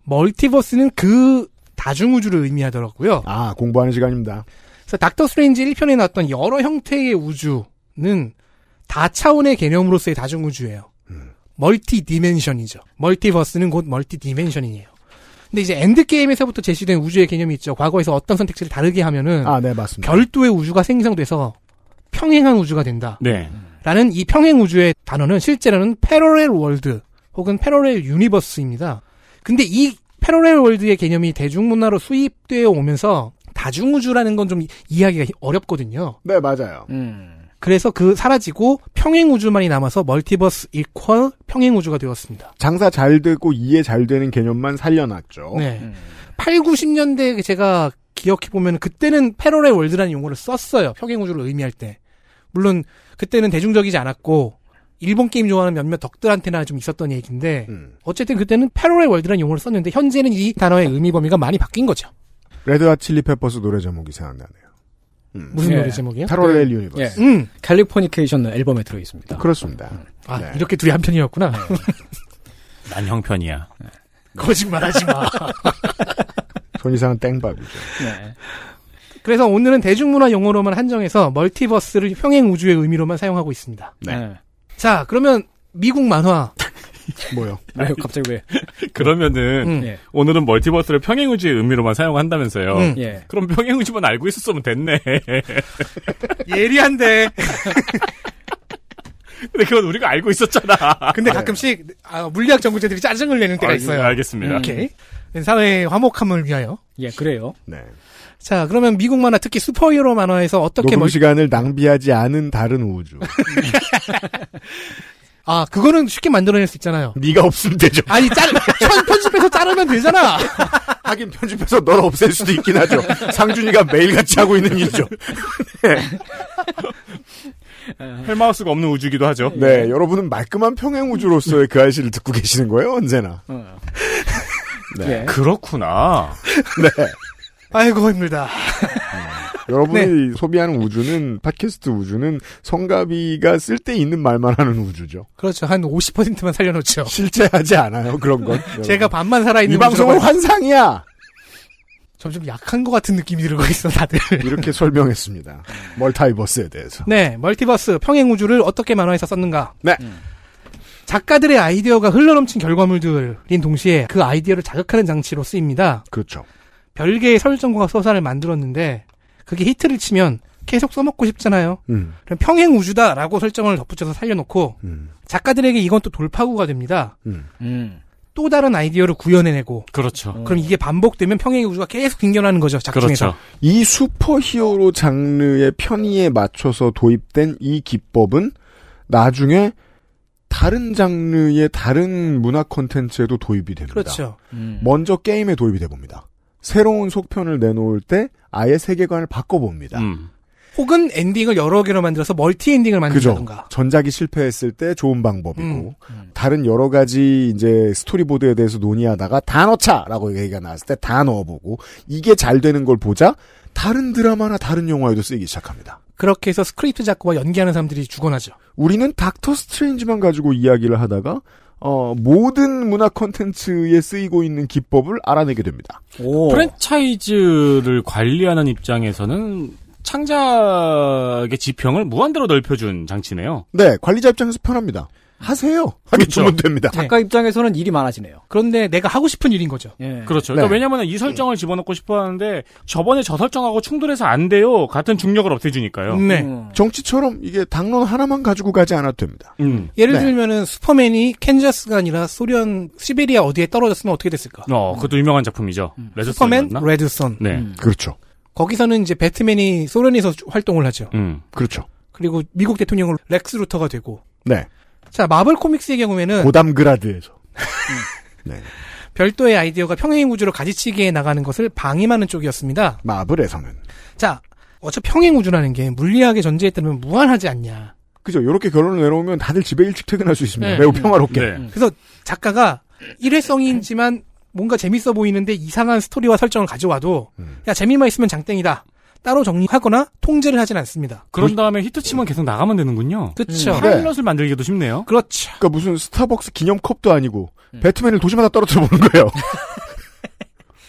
[SPEAKER 5] 멀티버스는 그 다중우주를 의미하더라고요.
[SPEAKER 2] 아, 공부하는 시간입니다.
[SPEAKER 5] 그래서 닥터 스트레인지 1편에 나왔던 여러 형태의 우주는 다차원의 개념으로서의 다중우주예요. 멀티 디멘션이죠. 멀티버스는 곧 멀티 디멘션이에요. 근데 이제 엔드게임에서부터 제시된 우주의 개념이 있죠. 과거에서 어떤 선택지를 다르게 하면은
[SPEAKER 2] 아, 네, 맞습니다.
[SPEAKER 5] 별도의 우주가 생성돼서 평행한 우주가 된다.
[SPEAKER 4] 네.
[SPEAKER 5] 라는 이 평행 우주의 단어는 실제로는 패러렐 월드 혹은 패러렐 유니버스입니다. 근데 이 패러렐 월드의 개념이 대중문화로 수입되어 오면서 다중우주라는 건 좀 이해하기가 어렵거든요.
[SPEAKER 2] 네, 맞아요.
[SPEAKER 5] 그래서 그 사라지고 평행 우주만이 남아서 멀티버스 이퀄 평행 우주가 되었습니다.
[SPEAKER 2] 장사 잘 되고 이해 잘 되는 개념만 살려놨죠.
[SPEAKER 5] 네. 8, 90년대 제가 기억해 보면 그때는 패러렐 월드라는 용어를 썼어요. 평행 우주를 의미할 때. 물론 그때는 대중적이지 않았고 일본 게임 좋아하는 몇몇 덕들한테나 좀 있었던 얘기인데
[SPEAKER 2] 음.
[SPEAKER 5] 어쨌든 그때는 패러렐 월드라는 용어를 썼는데 현재는 이 단어의 의미 범위가 많이 바뀐 거죠.
[SPEAKER 2] 레드핫 칠리페퍼스 노래 제목이 생각나네요. 음.
[SPEAKER 5] 무슨 노래 제목이에요? 음.
[SPEAKER 2] 패러렐 네.
[SPEAKER 3] 그-
[SPEAKER 2] 유니버스.
[SPEAKER 3] 예. 캘리포니케이션 앨범에 들어
[SPEAKER 2] 예.
[SPEAKER 3] 있습니다.
[SPEAKER 2] 그렇습니다.
[SPEAKER 5] 아, 이렇게 둘이 한 편이었구나.
[SPEAKER 2] 네.
[SPEAKER 4] 난 형편이야.
[SPEAKER 5] 거짓말하지 마.
[SPEAKER 2] 손이상은 땡밥이죠.
[SPEAKER 5] 그래서 오늘은 대중문화 용어로만 한정해서 멀티버스를 평행 우주의 의미로만 사용하고 있습니다.
[SPEAKER 3] 네.
[SPEAKER 5] 자, 그러면 미국 만화
[SPEAKER 2] 뭐요?
[SPEAKER 3] 왜요? 갑자기 왜?
[SPEAKER 4] 그러면은
[SPEAKER 5] 음.
[SPEAKER 3] 예.
[SPEAKER 4] 오늘은 멀티버스를 평행우주의 의미로만 사용한다면서요.
[SPEAKER 5] 음.
[SPEAKER 3] 예.
[SPEAKER 4] 그럼 평행우주만 알고 있었으면 됐네.
[SPEAKER 5] 예리한데
[SPEAKER 4] 근데 그건 우리가 알고 있었잖아.
[SPEAKER 5] 근데
[SPEAKER 2] 네.
[SPEAKER 5] 가끔씩 아, 물리학 전공자들이 짜증을 내는
[SPEAKER 2] 예.
[SPEAKER 5] 때가
[SPEAKER 4] 아,
[SPEAKER 5] 있어요.
[SPEAKER 4] 알겠습니다.
[SPEAKER 5] 오케이. 사회의 화목함을 위하여.
[SPEAKER 3] 예, 그래요.
[SPEAKER 2] 네.
[SPEAKER 5] 자, 그러면 미국 만화 특히 슈퍼히어로 만화에서 어떻게 뭐-
[SPEAKER 2] 녹음
[SPEAKER 5] 멀
[SPEAKER 2] 시간을 낭비하지 않은 다른 우주.
[SPEAKER 5] 아, 그거는 쉽게 만들어낼 수 있잖아요.
[SPEAKER 2] 네가 없으면 되죠.
[SPEAKER 5] 아니, 짤, 편, 편집해서 자르면 되잖아.
[SPEAKER 2] 하긴 편집해서 널 없앨 수도 있긴 하죠. 상준이가 매일같이 하고 있는 일이죠.
[SPEAKER 4] 음. 헬마우스가 없는 우주기도 하죠.
[SPEAKER 2] 네, 여러분은 말끔한 평행 우주로서의 그 아이씨를 듣고 계시는 거예요, 언제나. 네.
[SPEAKER 4] 예. 그렇구나.
[SPEAKER 2] 네.
[SPEAKER 5] 아이고, 힘들다.
[SPEAKER 2] 여러분이 소비하는 우주는, 팟캐스트 우주는 성가비가 쓸 때 있는 말만 하는 우주죠.
[SPEAKER 5] 그렇죠. 한 50%만 살려놓죠.
[SPEAKER 2] 실제 하지 않아요, 그런 건.
[SPEAKER 5] 제가 반만 살아있는
[SPEAKER 2] 이 방송은 환상이야!
[SPEAKER 5] 점점 약한 것 같은 느낌이 들고 있어, 다들.
[SPEAKER 2] 이렇게 설명했습니다. 멀타이버스에 대해서.
[SPEAKER 5] 네, 멀티버스, 평행우주를 어떻게 만화에서 썼는가.
[SPEAKER 2] 네.
[SPEAKER 5] 작가들의 아이디어가 흘러넘친 결과물들인 동시에 그 아이디어를 자극하는 장치로 쓰입니다.
[SPEAKER 2] 그렇죠.
[SPEAKER 5] 별개의 설정과 서사를 만들었는데 그게 히트를 치면 계속 써먹고 싶잖아요.
[SPEAKER 2] 음.
[SPEAKER 5] 그럼 평행우주다라고 설정을 덧붙여서 살려놓고 작가들에게 이건 또 돌파구가 됩니다.
[SPEAKER 2] 음.
[SPEAKER 5] 또 다른 아이디어를 구현해내고
[SPEAKER 4] 그렇죠.
[SPEAKER 5] 그럼 이게 반복되면 평행우주가 계속 빙결하는 거죠. 음, 작중에서.
[SPEAKER 4] 그렇죠.
[SPEAKER 2] 이 슈퍼히어로 장르의 편의에 맞춰서 도입된 이 기법은 나중에 다른 장르의 다른 문화 콘텐츠에도 도입이 됩니다.
[SPEAKER 5] 그렇죠.
[SPEAKER 3] 뭐,
[SPEAKER 2] 먼저 게임에 도입이 돼 봅니다. 새로운 속편을 내놓을 때 아예 세계관을 바꿔봅니다.
[SPEAKER 4] 음.
[SPEAKER 5] 혹은 엔딩을 여러 개로 만들어서 멀티 엔딩을
[SPEAKER 2] 그죠?
[SPEAKER 5] 만든다던가.
[SPEAKER 2] 전작이 실패했을 때 좋은 방법이고
[SPEAKER 5] 음.
[SPEAKER 2] 다른 여러 가지 이제 스토리보드에 대해서 논의하다가 다 넣자라고 얘기가 나왔을 때 다 넣어보고 이게 잘 되는 걸 보자 다른 드라마나 다른 영화에도 쓰이기 시작합니다.
[SPEAKER 5] 그렇게 해서 스크립트 작가와 연기하는 사람들이 죽어나죠.
[SPEAKER 2] 우리는 닥터 스트레인지만 가지고 이야기를 하다가 어, 모든 문화 콘텐츠에 쓰이고 있는 기법을 알아내게 됩니다.
[SPEAKER 3] 어.
[SPEAKER 4] 프랜차이즈를 관리하는 입장에서는 창작의 지평을 무한대로 넓혀준 장치네요.
[SPEAKER 2] 네, 관리자 입장에서 편합니다. 하세요. 하게
[SPEAKER 4] 그렇죠.
[SPEAKER 2] 주면 됩니다.
[SPEAKER 3] 네. 작가 입장에서는 일이 많아지네요. 예.
[SPEAKER 5] 그런데 내가 하고 싶은 일인 거죠.
[SPEAKER 4] 그렇죠. 그러니까
[SPEAKER 2] 네.
[SPEAKER 4] 왜냐하면 이 설정을 집어넣고 싶어하는데 저번에 저 설정하고 충돌해서 안 돼요. 같은 중력을 없애주니까요.
[SPEAKER 5] 네.
[SPEAKER 2] 정치처럼 이게 당론 하나만 가지고 가지 않아도 됩니다.
[SPEAKER 4] 음.
[SPEAKER 5] 예를
[SPEAKER 2] 네.
[SPEAKER 5] 들면은 슈퍼맨이 캔자스가 아니라 소련 시베리아 어디에 떨어졌으면 어떻게 됐을까?
[SPEAKER 4] 어, 그것도 유명한 작품이죠. 레드
[SPEAKER 5] 슈퍼맨
[SPEAKER 4] 선이었나?
[SPEAKER 5] 레드선.
[SPEAKER 4] 네.
[SPEAKER 2] 그렇죠.
[SPEAKER 5] 거기서는 이제 배트맨이 소련에서 주- 활동을 하죠.
[SPEAKER 4] 음.
[SPEAKER 2] 그렇죠.
[SPEAKER 5] 그리고 미국 대통령은 렉스 루터가 되고.
[SPEAKER 2] 네.
[SPEAKER 5] 자 마블 코믹스의 경우에는
[SPEAKER 2] 고담그라드에서.
[SPEAKER 5] 별도의 아이디어가 평행 우주로 가지치기에 나가는 것을 방임하는 쪽이었습니다.
[SPEAKER 2] 마블에서는.
[SPEAKER 5] 자 어차피 평행 우주라는 게 물리학의 전제에 따르면 무한하지 않냐.
[SPEAKER 2] 그죠. 이렇게 결론을 내놓으면 다들 집에 일찍 퇴근할 수 있습니다.
[SPEAKER 5] 네.
[SPEAKER 2] 매우 평화롭게.
[SPEAKER 4] 네.
[SPEAKER 5] 그래서 작가가 일회성이지만 뭔가 재밌어 보이는데 이상한 스토리와 설정을 가져와도 야 재미만 있으면 장땡이다. 따로 정리하거나 통제를 하진 않습니다.
[SPEAKER 4] 그런 다음에 히트치면 계속 나가면 되는군요.
[SPEAKER 5] 그쵸.
[SPEAKER 4] 음. 파일럿을 만들기도 쉽네요.
[SPEAKER 5] 그렇죠.
[SPEAKER 2] 그러니까 무슨 스타벅스 기념컵도 아니고 배트맨을 도시마다 떨어뜨려 보는 거예요.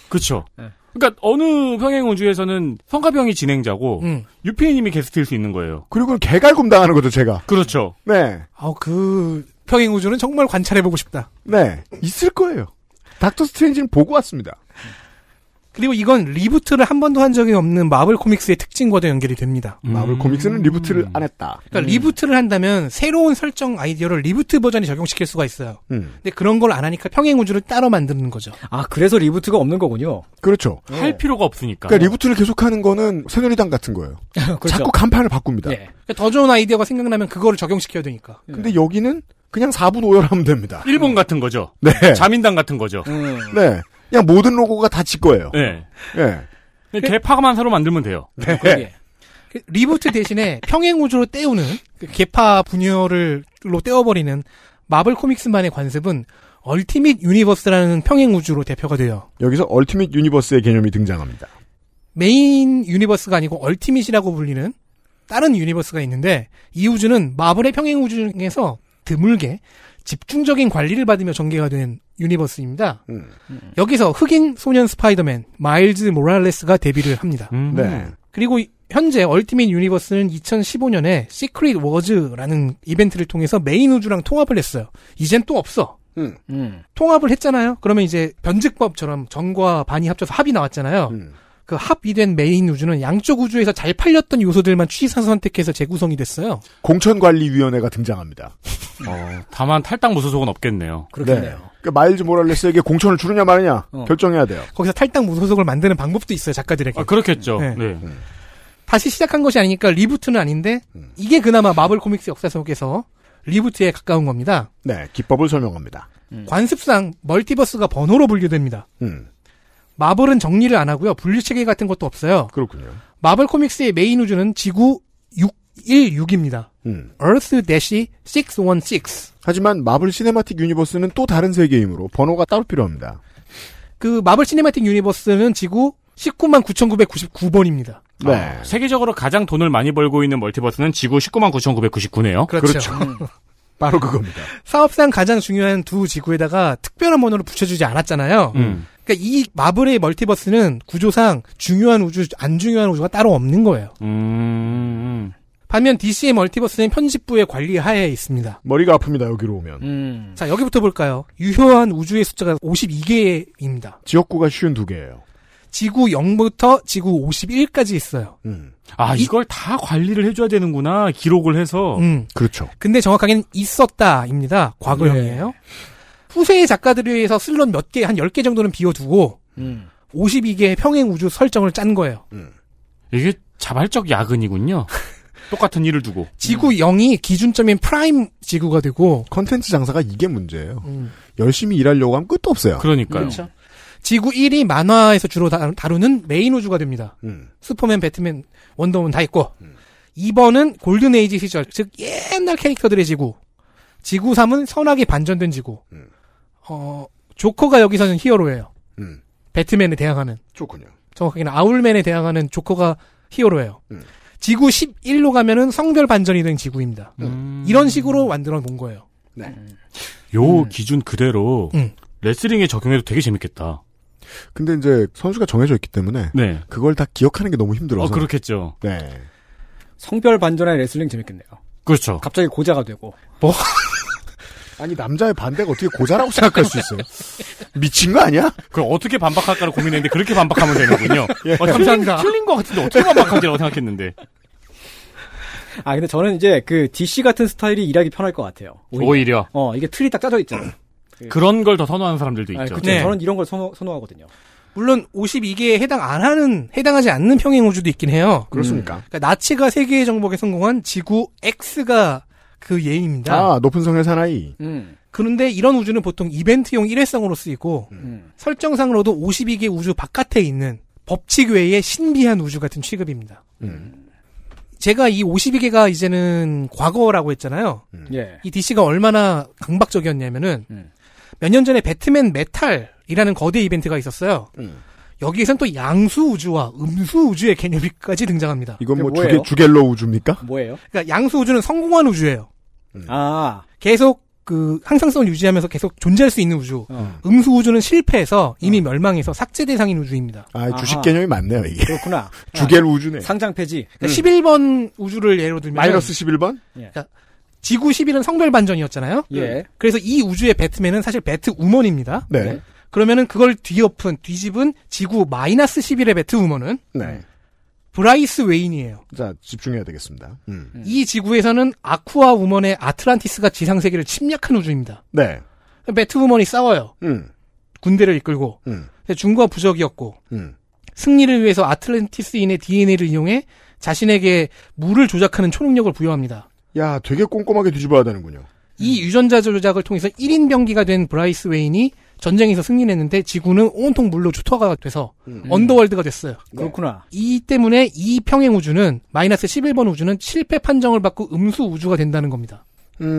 [SPEAKER 4] 그렇죠. 그러니까 어느 평행 우주에서는 성가병이 진행자고
[SPEAKER 5] 음.
[SPEAKER 4] 유피님이 게스트일 수 있는 거예요.
[SPEAKER 2] 그리고 개갈굼 당하는 거죠, 제가.
[SPEAKER 4] 그렇죠.
[SPEAKER 2] 네.
[SPEAKER 5] 아우 그 평행 우주는 정말 관찰해 보고 싶다.
[SPEAKER 2] 네. 있을 거예요. 닥터 스트레인지는 보고 왔습니다.
[SPEAKER 5] 그리고 이건 리부트를 한 번도 한 적이 없는 마블 코믹스의 특징과도 연결이 됩니다.
[SPEAKER 2] 마블 코믹스는 리부트를 안 했다.
[SPEAKER 5] 그러니까 리부트를 한다면 새로운 설정 아이디어를 리부트 버전에 적용시킬 수가 있어요.
[SPEAKER 2] 음.
[SPEAKER 5] 근데 그런 걸 안 하니까 평행 우주를 따로 만드는 거죠.
[SPEAKER 3] 아, 그래서 리부트가 없는 거군요.
[SPEAKER 2] 그렇죠.
[SPEAKER 4] 할 필요가 없으니까.
[SPEAKER 2] 그러니까 리부트를 계속하는 거는 새누리당 같은 거예요.
[SPEAKER 3] 그렇죠.
[SPEAKER 2] 자꾸 간판을 바꿉니다.
[SPEAKER 3] 예.
[SPEAKER 5] 그러니까 더 좋은 아이디어가 생각나면 그거를 적용시켜야 되니까.
[SPEAKER 2] 근데 여기는 그냥 4분 5열하면 됩니다.
[SPEAKER 4] 일본 같은 거죠.
[SPEAKER 2] 네.
[SPEAKER 4] 자민당 같은 거죠.
[SPEAKER 3] 음.
[SPEAKER 2] 네. 그냥 모든 로고가 다 지 거예요.
[SPEAKER 4] 네.
[SPEAKER 2] 예.
[SPEAKER 4] 그냥 개파만 새로 만들면 돼요.
[SPEAKER 3] 네. 그러게.
[SPEAKER 5] 그 리부트 대신에 평행 우주로 때우는 그 개파 분열을로 때워버리는 마블 코믹스만의 관습은 얼티밋 유니버스라는 평행 우주로 대표가 돼요.
[SPEAKER 2] 여기서 얼티밋 유니버스의 개념이 등장합니다.
[SPEAKER 5] 메인 유니버스가 아니고 얼티밋이라고 불리는 다른 유니버스가 있는데 이 우주는 마블의 평행 우주 중에서 드물게 집중적인 관리를 받으며 전개가 된 유니버스입니다.
[SPEAKER 2] 음.
[SPEAKER 5] 여기서 흑인 소년 스파이더맨 마일즈 모랄레스가 데뷔를 합니다.
[SPEAKER 4] 음.
[SPEAKER 2] 네.
[SPEAKER 5] 그리고 현재 얼티밋 유니버스는 2015년에 시크릿 워즈라는 이벤트를 통해서 메인 우주랑 통합을 했어요. 이젠 또 없어.
[SPEAKER 2] 음.
[SPEAKER 5] 통합을 했잖아요. 그러면 이제 변증법처럼 정과 반이 합쳐서 합이 나왔잖아요.
[SPEAKER 2] 음.
[SPEAKER 5] 그 합의된 메인 우주는 양쪽 우주에서 잘 팔렸던 요소들만 취사 선택해서 재구성이 됐어요.
[SPEAKER 2] 공천관리위원회가 등장합니다.
[SPEAKER 4] 어, 다만 탈당 무소속은 없겠네요.
[SPEAKER 2] 그러니까 마일즈 모랄레스에게 공천을 주느냐 마느냐
[SPEAKER 5] 어.
[SPEAKER 2] 결정해야 돼요.
[SPEAKER 5] 거기서 탈당 무소속을 만드는 방법도 있어요 작가들에게.
[SPEAKER 4] 아, 그렇겠죠. 네.
[SPEAKER 5] 다시 시작한 것이 아니니까 리부트는 아닌데
[SPEAKER 4] 음.
[SPEAKER 5] 이게 그나마 마블 코믹스 역사 속에서 리부트에 가까운 겁니다.
[SPEAKER 2] 네, 기법을 설명합니다.
[SPEAKER 5] 관습상 멀티버스가 번호로 분류됩니다.
[SPEAKER 2] 음.
[SPEAKER 5] 마블은 정리를 안 하고요. 분류 체계 같은 것도 없어요.
[SPEAKER 2] 그렇군요.
[SPEAKER 5] 마블 코믹스의 메인 우주는 지구 616입니다.
[SPEAKER 2] 음.
[SPEAKER 5] Earth-616.
[SPEAKER 2] 하지만 마블 시네마틱 유니버스는 또 다른 세계이므로 번호가 따로 필요합니다.
[SPEAKER 5] 그 마블 시네마틱 유니버스는 지구 19만 9,999번입니다.
[SPEAKER 2] 네.
[SPEAKER 4] 어, 세계적으로 가장 돈을 많이 벌고 있는 멀티버스는 지구 19만 9,999네요.
[SPEAKER 5] 그렇죠. 그렇죠.
[SPEAKER 2] 음. 바로 그겁니다.
[SPEAKER 5] 사업상 가장 중요한 두 지구에다가 특별한 번호를 붙여주지 않았잖아요.
[SPEAKER 4] 음.
[SPEAKER 5] 그러니까 이 마블의 멀티버스는 구조상 중요한 우주, 안 중요한 우주가 따로 없는 거예요.
[SPEAKER 4] 음.
[SPEAKER 5] 반면 DC의 멀티버스는 편집부의 관리 하에 있습니다.
[SPEAKER 2] 머리가 아픕니다. 여기로 오면.
[SPEAKER 5] 자, 여기부터 볼까요? 유효한 우주의 숫자가 52개입니다.
[SPEAKER 2] 지역구가 쉬운 두 개예요.
[SPEAKER 5] 지구 0부터 지구 51까지 있어요.
[SPEAKER 2] 음.
[SPEAKER 4] 아, 이걸 다 관리를 해줘야 되는구나. 기록을 해서.
[SPEAKER 5] 음.
[SPEAKER 2] 그렇죠.
[SPEAKER 5] 근데 정확하게는 있었다입니다. 과거형이에요. 후세의 작가들에 의해서 슬롯 몇 개, 한 10개 정도는 비워두고, 52개의 평행 우주 설정을 짠 거예요.
[SPEAKER 4] 이게 자발적 야근이군요. 똑같은 일을 두고.
[SPEAKER 5] 지구 0이 기준점인 프라임 지구가 되고,
[SPEAKER 2] 컨텐츠 장사가 이게 문제예요.
[SPEAKER 5] 음.
[SPEAKER 2] 열심히 일하려고 하면 끝도 없어요.
[SPEAKER 4] 그러니까요.
[SPEAKER 5] 지구 1이 만화에서 주로 다- 다루는 메인 우주가 됩니다.
[SPEAKER 2] 음.
[SPEAKER 5] 슈퍼맨, 배트맨, 원더우먼 다 있고 2번은 골든에이지 시절, 즉 옛날 캐릭터들의 지구 지구 3은 선악이 반전된 지구 어, 조커가 여기서는 히어로예요.
[SPEAKER 2] 음.
[SPEAKER 5] 배트맨에 대항하는
[SPEAKER 2] 좋군요.
[SPEAKER 5] 정확하게는 아울맨에 대항하는 조커가 히어로예요.
[SPEAKER 2] 음.
[SPEAKER 5] 지구 11로 가면은 성별 반전이 된 지구입니다. 이런 식으로 만들어 놓은 거예요.
[SPEAKER 4] 요 기준 그대로
[SPEAKER 5] 음.
[SPEAKER 4] 레슬링에 적용해도 되게 재밌겠다.
[SPEAKER 2] 근데 이제 선수가 정해져 있기 때문에
[SPEAKER 4] 네.
[SPEAKER 2] 그걸 다 기억하는 게 너무 힘들어서.
[SPEAKER 4] 어, 그렇겠죠.
[SPEAKER 2] 네.
[SPEAKER 3] 성별 반전의 레슬링 재밌겠네요.
[SPEAKER 4] 그렇죠.
[SPEAKER 3] 갑자기 고자가 되고.
[SPEAKER 2] 뭐? 아니 남자의 반대가 어떻게 고자라고 생각할 수 있어요? 미친 거 아니야?
[SPEAKER 4] 그걸 어떻게 반박할까를 고민했는데 그렇게 반박하면 되는군요.
[SPEAKER 2] 예.
[SPEAKER 4] 어, 틀린,
[SPEAKER 5] 감사합니다.
[SPEAKER 4] 틀린 것 같은데 어떻게 반박하지라고 생각했는데.
[SPEAKER 3] 아, 근데 저는 이제 그 DC 같은 스타일이 일하기 편할 것 같아요. 오히려.
[SPEAKER 4] 오히려.
[SPEAKER 3] 어, 이게 틀이 딱 짜져 있잖아요.
[SPEAKER 4] 그런 걸 더 선호하는 사람들도 있죠.
[SPEAKER 3] 아, 그쵸.
[SPEAKER 5] 네.
[SPEAKER 3] 저는 이런 걸 선호, 선호하거든요.
[SPEAKER 5] 물론 52개에 해당 안 하는 해당하지 않는 평행 우주도 있긴 해요.
[SPEAKER 2] 그렇습니까?
[SPEAKER 5] 그러니까 나치가 세계의 정복에 성공한 지구 X가 그 예입니다.
[SPEAKER 2] 아 높은 성의 사나이.
[SPEAKER 3] 음.
[SPEAKER 5] 그런데 이런 우주는 보통 이벤트용 일회성으로 쓰이고
[SPEAKER 3] 음.
[SPEAKER 5] 설정상으로도 52개 우주 바깥에 있는 법칙 외의 신비한 우주 같은 취급입니다.
[SPEAKER 2] 음.
[SPEAKER 5] 제가 이 52개가 이제는 과거라고 했잖아요.
[SPEAKER 3] 예.
[SPEAKER 5] 이 DC가 얼마나 강박적이었냐면은
[SPEAKER 3] 음.
[SPEAKER 5] 몇 년 전에 배트맨 메탈이라는 거대 이벤트가 있었어요.
[SPEAKER 2] 음.
[SPEAKER 5] 여기에선 또 양수 우주와 음수 우주의 개념이까지 등장합니다.
[SPEAKER 2] 이건 뭐
[SPEAKER 3] 그게 뭐예요?
[SPEAKER 2] 주게 주겔로 우주입니까?
[SPEAKER 3] 뭐예요?
[SPEAKER 5] 그러니까 양수 우주는 성공한 우주예요.
[SPEAKER 3] 아,
[SPEAKER 5] 계속 그 항상성을 유지하면서 계속 존재할 수 있는 우주.
[SPEAKER 3] 어.
[SPEAKER 5] 음수 우주는 실패해서
[SPEAKER 2] 음.
[SPEAKER 5] 이미 멸망해서 삭제 대상인 우주입니다.
[SPEAKER 2] 아 주식
[SPEAKER 3] 아하.
[SPEAKER 2] 개념이 많네요 이게.
[SPEAKER 3] 그렇구나. 아,
[SPEAKER 2] 주겔 우주네.
[SPEAKER 3] 상장 폐지.
[SPEAKER 5] 그러니까 11번 우주를 예로
[SPEAKER 2] 음.
[SPEAKER 5] 들면
[SPEAKER 2] 마이너스 11번?
[SPEAKER 5] 지구 11은 성별 반전이었잖아요.
[SPEAKER 3] 예.
[SPEAKER 5] 그래서 이 우주의 배트맨은 사실 배트 우먼입니다.
[SPEAKER 2] 네.
[SPEAKER 3] 네.
[SPEAKER 5] 그러면은 그걸 뒤엎은 뒤집은 지구 마이너스 11의 배트 우먼은
[SPEAKER 2] 네.
[SPEAKER 5] 브라이스 웨인이에요.
[SPEAKER 2] 자 집중해야 되겠습니다. 음.
[SPEAKER 5] 이 지구에서는 아쿠아 우먼의 아틀란티스가 지상 세계를 침략한 우주입니다.
[SPEAKER 2] 네.
[SPEAKER 5] 배트 우먼이 싸워요.
[SPEAKER 2] 음.
[SPEAKER 5] 군대를 이끌고
[SPEAKER 2] 음.
[SPEAKER 5] 근데 중과 부적이었고
[SPEAKER 2] 음.
[SPEAKER 5] 승리를 위해서 아틀란티스인의 DNA를 이용해 자신에게 물을 조작하는 초능력을 부여합니다.
[SPEAKER 2] 야 되게 꼼꼼하게 뒤집어야 되는군요.
[SPEAKER 5] 이 유전자 조작을 통해서 1인 병기가 된 브라이스 웨인이 전쟁에서 승리했는데 지구는 온통 물로 주토가 돼서 언더월드가 됐어요.
[SPEAKER 3] 그렇구나.
[SPEAKER 5] 이 때문에 이 평행 우주는 마이너스 11번 우주는 실패 판정을 받고 음수 우주가 된다는 겁니다.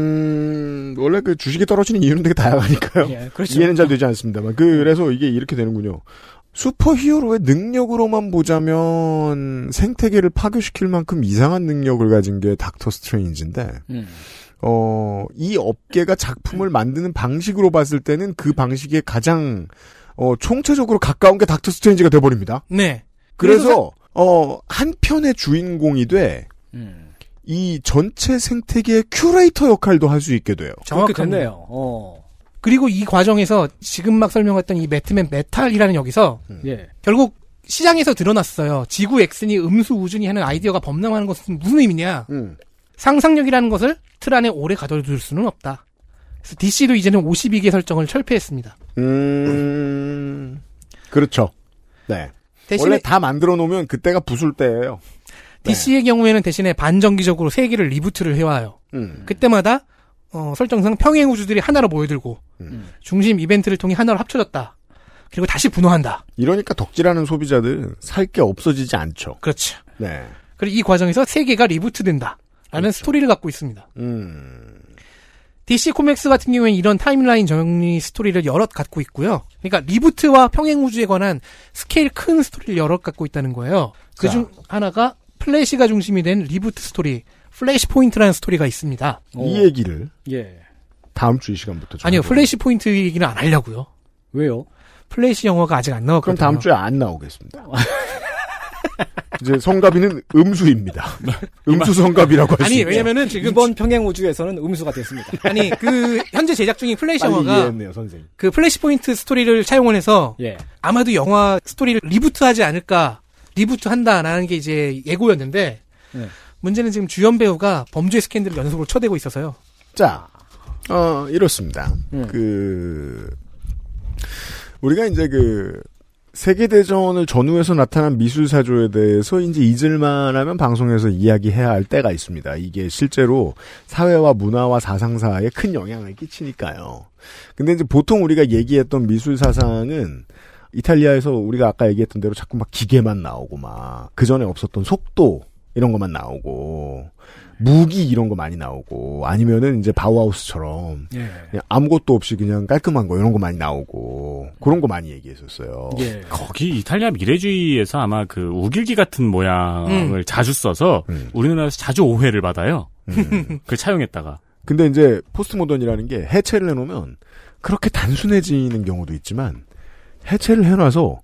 [SPEAKER 2] 음, 원래 그 주식이 떨어지는 이유는 되게 다양하니까요.
[SPEAKER 3] 예, 그렇죠.
[SPEAKER 2] 이해는 잘 되지 않습니다만. 그래서 이게 이렇게 되는군요. 슈퍼 히어로의 능력으로만 보자면 생태계를 파괴시킬 만큼 이상한 능력을 가진 게 닥터 스트레인지인데,
[SPEAKER 3] 음.
[SPEAKER 2] 어, 이 업계가 작품을 만드는 방식으로 봤을 때는 그 방식에 가장, 어, 총체적으로 가까운 게 닥터 스트레인지가 돼버립니다.
[SPEAKER 5] 네.
[SPEAKER 2] 그래서, 어, 한 편의 주인공이 돼,
[SPEAKER 3] 음.
[SPEAKER 2] 이 전체 생태계의 큐레이터 역할도 할 수 있게 돼요.
[SPEAKER 3] 그렇게
[SPEAKER 5] 정확합니다.
[SPEAKER 3] 됐네요. 어.
[SPEAKER 5] 그리고 이 과정에서 지금 막 설명했던 이 매트맨 메탈이라는 여기서
[SPEAKER 3] 예.
[SPEAKER 5] 결국 시장에서 드러났어요. 지구 엑슨이 음수 우준이 하는 아이디어가 범람하는 것은 무슨 의미냐?
[SPEAKER 2] 음.
[SPEAKER 5] 상상력이라는 것을 틀 안에 오래 가둬둘 수는 없다. 그래서 DC도 이제는 52개 설정을 철폐했습니다.
[SPEAKER 2] 음, 그렇죠. 네.
[SPEAKER 5] 대신에-
[SPEAKER 2] 원래 다 만들어 놓으면 그때가 부술 때예요.
[SPEAKER 5] DC의 경우에는 대신에 반정기적으로 세개를 리부트를 해와요.
[SPEAKER 2] 음.
[SPEAKER 5] 그때마다 어, 설정상 평행 우주들이 하나로 모여들고
[SPEAKER 2] 음.
[SPEAKER 5] 중심 이벤트를 통해 하나로 합쳐졌다. 그리고 다시 분화한다.
[SPEAKER 2] 이러니까 덕질하는 소비자들은 살 게 없어지지 않죠.
[SPEAKER 5] 그렇죠.
[SPEAKER 2] 네.
[SPEAKER 5] 그리고 이 과정에서 세개가 리부트된다. 라는
[SPEAKER 2] 그렇죠.
[SPEAKER 5] 스토리를 갖고 있습니다.
[SPEAKER 2] 음.
[SPEAKER 5] DC 코믹스 같은 경우에는 이런 타임라인 정리 스토리를 여럿 갖고 있고요. 그러니까 리부트와 평행 우주에 관한 스케일 큰 스토리를 여럿 갖고 있다는 거예요. 그 중 하나가 플래시가 중심이 된 리부트 스토리, 플래시 포인트라는 스토리가 있습니다.
[SPEAKER 2] 이 얘기를
[SPEAKER 3] 어, 예.
[SPEAKER 2] 다음 주 이 시간부터 좀
[SPEAKER 5] 어. 아니요,
[SPEAKER 2] 해보도록
[SPEAKER 5] 플래시 포인트 얘기는 안 하려고요.
[SPEAKER 3] 왜요?
[SPEAKER 5] 플래시 영화가 아직 안
[SPEAKER 2] 그럼
[SPEAKER 5] 나왔거든요.
[SPEAKER 2] 다음 주에 안 나오겠습니다. 이제 성가비는 음수입니다.
[SPEAKER 5] 네.
[SPEAKER 2] 음수 성가비라고 할 수
[SPEAKER 3] 아니
[SPEAKER 2] 있죠.
[SPEAKER 3] 왜냐면은 지금 이번 평행 우주에서는 음수가 됐습니다.
[SPEAKER 5] 아니 그 현재 제작 중인 플래시
[SPEAKER 2] 빨리
[SPEAKER 5] 영화가
[SPEAKER 2] 이해했네요, 선생님.
[SPEAKER 5] 그 플래시 포인트 스토리를 차용을 해서
[SPEAKER 3] 예.
[SPEAKER 5] 아마도 영화 스토리를 리부트하지 않을까 리부트 한다라는 게 이제 예고였는데
[SPEAKER 3] 네.
[SPEAKER 5] 문제는 지금 주연 배우가 범죄 스캔들을 연속으로 쳐대고 있어서요.
[SPEAKER 2] 자, 어, 이렇습니다. 그, 우리가 이제 그, 세계대전을 전후해서 나타난 미술사조에 대해서 이제 잊을만 하면 방송에서 이야기해야 할 때가 있습니다. 이게 실제로 사회와 문화와 사상사에 큰 영향을 끼치니까요. 근데 이제 보통 우리가 얘기했던 미술사상은 이탈리아에서 우리가 아까 얘기했던 대로 자꾸 막 기계만 나오고 막, 그 전에 없었던 속도, 이런 것만 나오고, 무기 이런 거 많이 나오고, 아니면은 이제 바우하우스처럼, 그냥 아무것도 없이 그냥 깔끔한 거 이런 거 많이 나오고 그런 거 많이 얘기했었어요.
[SPEAKER 3] 예.
[SPEAKER 4] 거기 이탈리아 미래주의에서 아마 그 우길기 같은 모양을 자주 써서
[SPEAKER 3] 음.
[SPEAKER 4] 우리나라에서 자주 오해를 받아요. 그걸 차용했다가.
[SPEAKER 2] 근데 이제 포스트모던이라는 게 해체를 해놓으면 그렇게 단순해지는 경우도 있지만 해체를 해놔서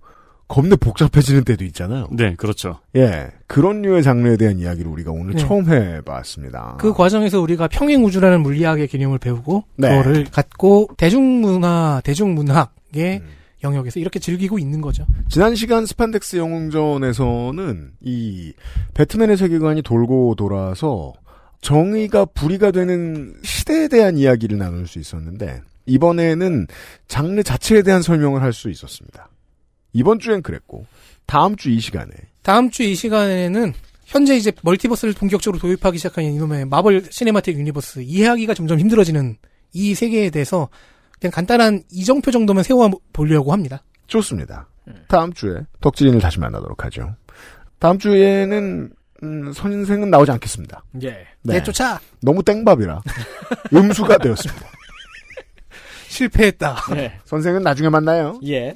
[SPEAKER 2] 겁내 복잡해지는 때도 있잖아요.
[SPEAKER 4] 네, 그렇죠.
[SPEAKER 2] 예, 그런 류의 장르에 대한 이야기를 우리가 오늘
[SPEAKER 5] 네.
[SPEAKER 2] 처음
[SPEAKER 3] 아.
[SPEAKER 2] 해봤습니다.
[SPEAKER 5] 그 과정에서 우리가 평행 우주라는 물리학의 개념을 배우고
[SPEAKER 2] 네.
[SPEAKER 5] 그거를 갖고 대중문화 대중문학의
[SPEAKER 3] 음.
[SPEAKER 5] 영역에서 이렇게 즐기고 있는 거죠.
[SPEAKER 2] 지난 시간 스판덱스 영웅전에서는 이 배트맨의 세계관이 돌고 돌아서 정의가 불의가 되는 시대에 대한 이야기를 나눌 수 있었는데 이번에는 장르 자체에 대한 설명을 할 수 있었습니다. 이번 주엔 그랬고 다음 주 이 시간에
[SPEAKER 5] 다음 주 이 시간에는 현재 이제 멀티버스를 본격적으로 도입하기 시작한 이놈의 마블 시네마틱 유니버스 이해하기가 점점 힘들어지는 이 세계에 대해서 그냥 간단한 이정표 정도만 세워 보려고 합니다.
[SPEAKER 2] 좋습니다. 다음 주에 덕질인을 다시 만나도록 하죠. 다음 주에는 음, 선생은 나오지 않겠습니다.
[SPEAKER 3] 예.
[SPEAKER 2] 네.
[SPEAKER 5] 내쫓아
[SPEAKER 2] 너무 땡밥이라 음수가 되었습니다.
[SPEAKER 5] 실패했다.
[SPEAKER 3] 예.
[SPEAKER 2] 선생은 나중에 만나요.
[SPEAKER 3] 예.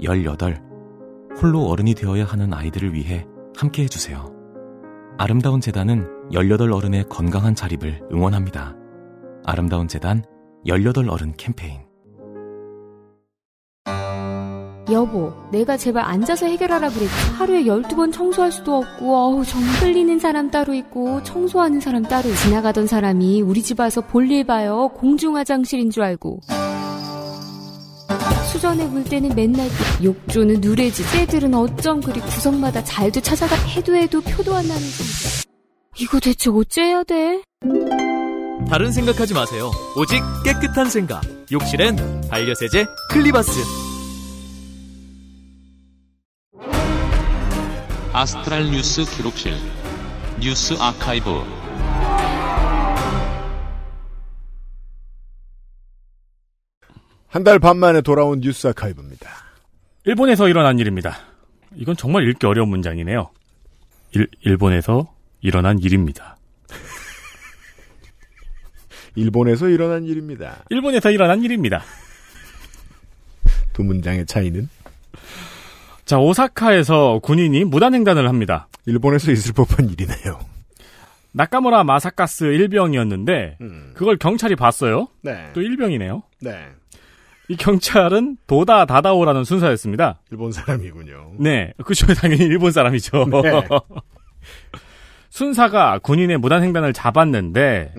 [SPEAKER 11] 18. 홀로 어른이 되어야 하는 아이들을 위해 함께 해주세요. 아름다운 재단은 18 어른의 건강한 자립을 응원합니다. 아름다운 재단 18 어른 캠페인.
[SPEAKER 13] 여보, 내가 제발 앉아서 해결하라 그랬지. 하루에 12번 청소할 수도 없고, 어우, 정 끌리는 사람 따로 있고, 청소하는 사람 따로 있고. 지나가던 사람이 우리 집 와서 볼일 봐요. 공중화장실인 줄 알고. 수전에 물 때는 맨날 그- 욕조는 누래지. 새들은 어쩜 그리 구석마다 잘도 찾아가 해도 해도 표도 안 나는 건지. 이거 대체 어째야 돼?
[SPEAKER 6] 다른 생각하지 마세요. 오직 깨끗한 생각. 욕실엔 반려세제 클리바스.
[SPEAKER 10] 아스트랄 뉴스 기록실 뉴스 아카이브
[SPEAKER 2] 한 달 반 만에 돌아온 뉴스 아카이브입니다.
[SPEAKER 4] 일본에서 일어난 일입니다. 이건 정말 읽기 어려운 문장이네요. 일, 일본에서 일어난 일입니다.
[SPEAKER 2] 일본에서 일어난 일입니다.
[SPEAKER 4] 일본에서 일어난 일입니다.
[SPEAKER 2] 두 문장의 차이는
[SPEAKER 4] 자, 오사카에서 군인이 무단횡단을 합니다.
[SPEAKER 2] 일본에서 있을 법한 일이네요.
[SPEAKER 4] 나카무라 마사카스 일병이었는데 그걸 경찰이 봤어요.
[SPEAKER 2] 네.
[SPEAKER 4] 또 일병이네요.
[SPEAKER 2] 네.
[SPEAKER 4] 이 경찰은 도다 다다오라는 순사였습니다.
[SPEAKER 2] 일본 사람이군요.
[SPEAKER 4] 네, 그죠 당연히 일본 사람이죠.
[SPEAKER 2] 네.
[SPEAKER 4] 순사가 군인의 무단횡단을 잡았는데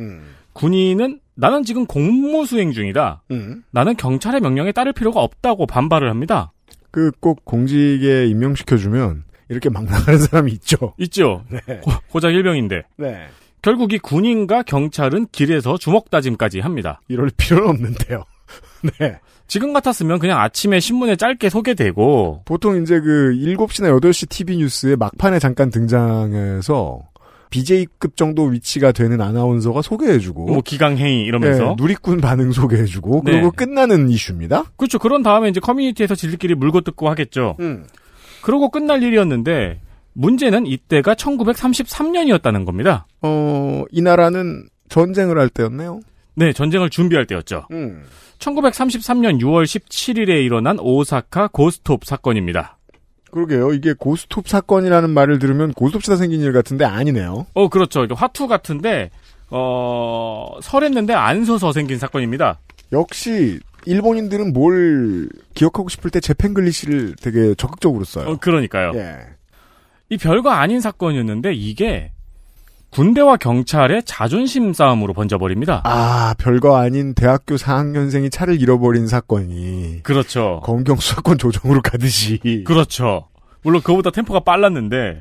[SPEAKER 4] 군인은 나는 지금 공무수행 중이다.
[SPEAKER 2] 음.
[SPEAKER 4] 나는 경찰의 명령에 따를 필요가 없다고 반발을 합니다.
[SPEAKER 2] 그 꼭 공직에 임명시켜주면 이렇게 막 나가는 사람이 있죠.
[SPEAKER 4] 있죠.
[SPEAKER 2] 네.
[SPEAKER 4] 고- 고작 일병인데.
[SPEAKER 2] 네.
[SPEAKER 4] 결국 이 군인과 경찰은 길에서 주먹 다짐까지 합니다.
[SPEAKER 2] 이럴 필요는 없는데요. 네.
[SPEAKER 4] 지금 같았으면 그냥 아침에 신문에 짧게 소개되고
[SPEAKER 2] 보통 이제 그 7시나 8시 TV 뉴스에 막판에 잠깐 등장해서 BJ급 정도 위치가 되는 아나운서가 소개해주고
[SPEAKER 4] 뭐 기강행위 이러면서
[SPEAKER 2] 네, 누리꾼 반응 소개해주고
[SPEAKER 4] 네.
[SPEAKER 2] 그리고 끝나는 이슈입니다.
[SPEAKER 4] 그렇죠. 그런 다음에 이제 커뮤니티에서 지들끼리 물고 뜯고 하겠죠.
[SPEAKER 2] 음.
[SPEAKER 4] 그러고 끝날 일이었는데 문제는 이때가 1933년이었다는 겁니다.
[SPEAKER 2] 어, 이 나라는 전쟁을 할 때였네요.
[SPEAKER 4] 네, 전쟁을 준비할 때였죠. 1933년 6월 17일에 일어난 오사카 고스톱 사건입니다.
[SPEAKER 2] 그러게요. 이게 고스톱 사건이라는 말을 들으면 고스톱시다 생긴 일 같은데 아니네요.
[SPEAKER 4] 어, 그렇죠. 이게 화투 같은데 어, 설했는데 안 서서 생긴 사건입니다.
[SPEAKER 2] 역시 일본인들은 뭘 기억하고 싶을 때 재팬글리시를 되게 적극적으로 써요.
[SPEAKER 4] 어, 그러니까요.
[SPEAKER 2] 네. 예.
[SPEAKER 4] 이 별거 아닌 사건이었는데 이게 군대와 경찰의 자존심 싸움으로 번져버립니다.
[SPEAKER 2] 아, 별거 아닌 대학교 4학년생이 차를 잃어버린 사건이
[SPEAKER 4] 그렇죠.
[SPEAKER 2] 검경 수사권 조정으로 가듯이
[SPEAKER 4] 그렇죠. 물론 그거보다 템포가 빨랐는데.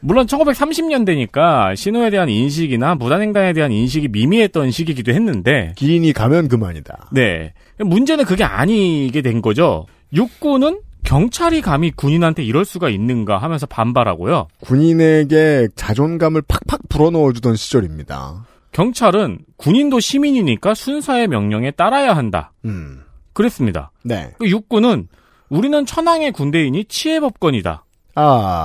[SPEAKER 4] 물론 1930년대니까 신호에 대한 인식이나 무단횡단에 대한 인식이 미미했던 시기이기도 했는데.
[SPEAKER 2] 기인이 가면 그만이다.
[SPEAKER 4] 네. 문제는 그게 아니게 된 거죠. 육군은 경찰이 감히 군인한테 이럴 수가 있는가 하면서 반발하고요.
[SPEAKER 2] 군인에게 자존감을 팍팍 불어넣어주던 시절입니다.
[SPEAKER 4] 경찰은 군인도 시민이니까 순사의 명령에 따라야 한다.
[SPEAKER 2] 음.
[SPEAKER 4] 그랬습니다.
[SPEAKER 2] 네.
[SPEAKER 4] 그 육군은 우리는 천황의 군대인이 치해법권이다.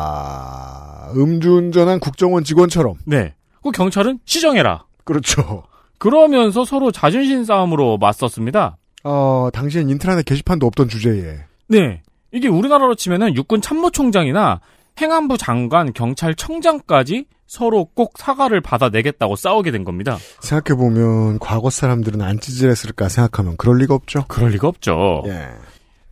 [SPEAKER 2] 아, 음주운전한 국정원 직원처럼.
[SPEAKER 4] 네. 그 경찰은 시정해라.
[SPEAKER 2] 그렇죠.
[SPEAKER 4] 그러면서 서로 자존심 싸움으로 맞섰습니다.
[SPEAKER 2] 어, 당시엔 인트라넷 게시판도 없던 주제에.
[SPEAKER 4] 네. 이게 우리나라로 치면은 육군 참모총장이나 행안부 장관, 경찰청장까지 서로 꼭 사과를 받아내겠다고 싸우게 된 겁니다.
[SPEAKER 2] 생각해보면 과거 사람들은 안 찌질했을까 생각하면 그럴 리가 없죠.
[SPEAKER 4] 그럴 리가 없죠. 예.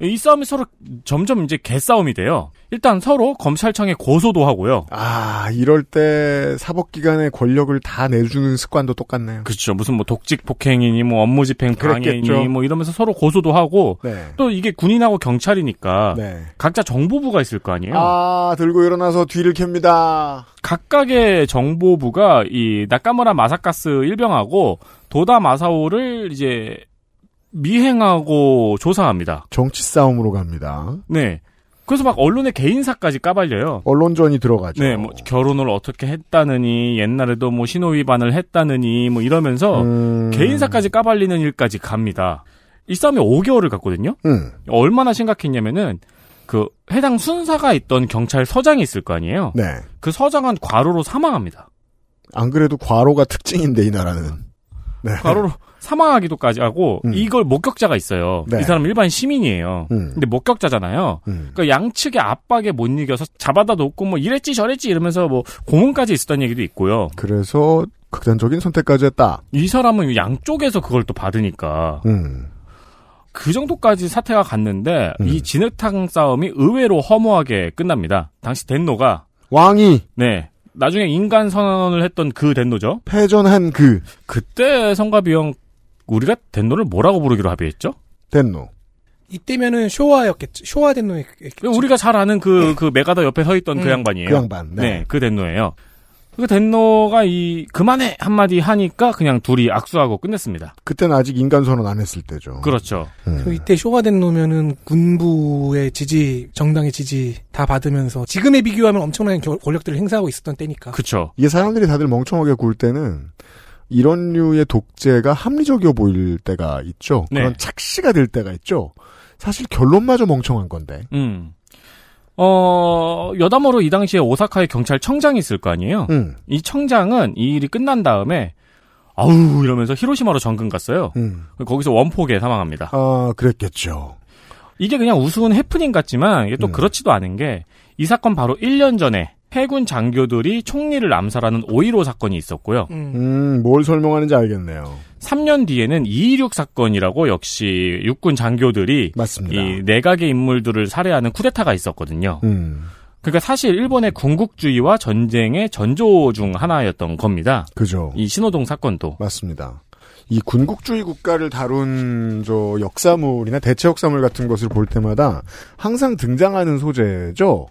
[SPEAKER 4] 이 싸움이 서로 점점 이제 개싸움이 돼요. 일단 서로 검찰청에 고소도 하고요.
[SPEAKER 2] 아, 이럴 때 사법기관의 권력을 다 내주는 습관도 똑같네요.
[SPEAKER 4] 그렇죠. 무슨 뭐 독직 폭행이니 뭐 업무 집행 방해니
[SPEAKER 2] 그랬겠죠.
[SPEAKER 4] 뭐 이러면서 서로 고소도 하고
[SPEAKER 2] 네.
[SPEAKER 4] 또 이게 군인하고 경찰이니까
[SPEAKER 2] 네.
[SPEAKER 4] 각자 정보부가 있을 거 아니에요.
[SPEAKER 2] 아, 들고 일어나서 뒤를 캡니다.
[SPEAKER 4] 각각의 정보부가 이 나카무라 마사카스 일병하고 도다 마사오를 이제 미행하고 조사합니다.
[SPEAKER 2] 정치 싸움으로 갑니다.
[SPEAKER 4] 네. 그래서 막 언론의 개인사까지 까발려요.
[SPEAKER 2] 언론전이 들어가죠.
[SPEAKER 4] 네, 뭐 결혼을 어떻게 했다느니 옛날에도 뭐 신호 위반을 했다느니 뭐 이러면서
[SPEAKER 2] 음.
[SPEAKER 4] 개인사까지 까발리는 일까지 갑니다. 이 싸움이 5개월을 갔거든요.
[SPEAKER 2] 음.
[SPEAKER 4] 얼마나 심각했냐면은 그 해당 순사가 있던 경찰서장이 있을 거 아니에요.
[SPEAKER 2] 네.
[SPEAKER 4] 그 서장은 과로로 사망합니다.
[SPEAKER 2] 안 그래도 과로가 특징인데, 이 나라는. 네. 음.
[SPEAKER 4] 과로로 사망하기도까지 하고 이걸 목격자가 있어요.
[SPEAKER 2] 네.
[SPEAKER 4] 이 사람은 일반 시민이에요.
[SPEAKER 2] 음.
[SPEAKER 4] 근데 목격자잖아요. 그러니까 양측의 압박에 못 이겨서 잡아다 놓고 뭐 이랬지 저랬지 이러면서 뭐 고문까지 있었다는 얘기도 있고요.
[SPEAKER 2] 그래서 극단적인 선택까지 했다.
[SPEAKER 4] 이 사람은 양쪽에서 그걸 또 받으니까
[SPEAKER 2] 음.
[SPEAKER 4] 그 정도까지 사태가 갔는데 이 진흙탕 싸움이 의외로 허무하게 끝납니다. 당시 덴노가
[SPEAKER 2] 왕이
[SPEAKER 4] 네 나중에 인간 선언을 했던 그 덴노죠.
[SPEAKER 2] 패전한 그
[SPEAKER 4] 그때 성가비형 우리가 덴노를 뭐라고 부르기로 합의했죠?
[SPEAKER 2] 덴노.
[SPEAKER 5] 이때면은 쇼와였겠죠. 쇼와 덴노의 그,
[SPEAKER 4] 그 우리가 잘 아는 그, 그 메가다 옆에 서 있던 그
[SPEAKER 5] 음,
[SPEAKER 4] 양반이에요.
[SPEAKER 2] 그 양반, 네.
[SPEAKER 4] 그 덴노예요. 그 덴노가 이, 그만해! 한마디 하니까 그냥 둘이 악수하고 끝냈습니다.
[SPEAKER 2] 그때는 아직 인간 선언 안 했을 때죠. 음.
[SPEAKER 4] 그렇죠.
[SPEAKER 5] 그 이때 쇼가 덴노면은 군부의 지지, 정당의 지지 다 받으면서 지금에 비교하면 엄청난 겨- 권력들을 행사하고 있었던 때니까.
[SPEAKER 4] 그쵸.
[SPEAKER 2] 이게 사람들이 다들 멍청하게 굴 때는 이런 류의 독재가 합리적이어 보일 때가 있죠.
[SPEAKER 4] 네.
[SPEAKER 2] 그런 착시가 될 때가 있죠. 사실 결론마저 멍청한 건데.
[SPEAKER 4] 음. 어, 여담으로 이 당시에 오사카에 경찰청장이 있을 거 아니에요?
[SPEAKER 2] 음.
[SPEAKER 4] 이 청장은 이 일이 끝난 다음에, 아우, 이러면서 히로시마로 전근 갔어요.
[SPEAKER 2] 음.
[SPEAKER 4] 거기서 원폭에 사망합니다.
[SPEAKER 2] 아, 그랬겠죠.
[SPEAKER 4] 이게 그냥 우스운 해프닝 같지만 이게 또 그렇지도 않은 게 이 사건 바로 1년 전에 해군 장교들이 총리를 암살하는 5.15 사건이 있었고요.
[SPEAKER 2] 음, 뭘 설명하는지 알겠네요.
[SPEAKER 4] 3년 뒤에는 2.16 사건이라고 역시 육군 장교들이 이 내각의 인물들을 살해하는 쿠데타가 있었거든요.
[SPEAKER 2] 음,
[SPEAKER 4] 그러니까 사실 일본의 군국주의와 전쟁의 전조 중 하나였던 겁니다.
[SPEAKER 2] 그죠.
[SPEAKER 4] 이 신호동 사건도.
[SPEAKER 2] 맞습니다. 이 군국주의 국가를 다룬 저 역사물이나 대체 역사물 같은 것을 볼 때마다 항상 등장하는 소재죠.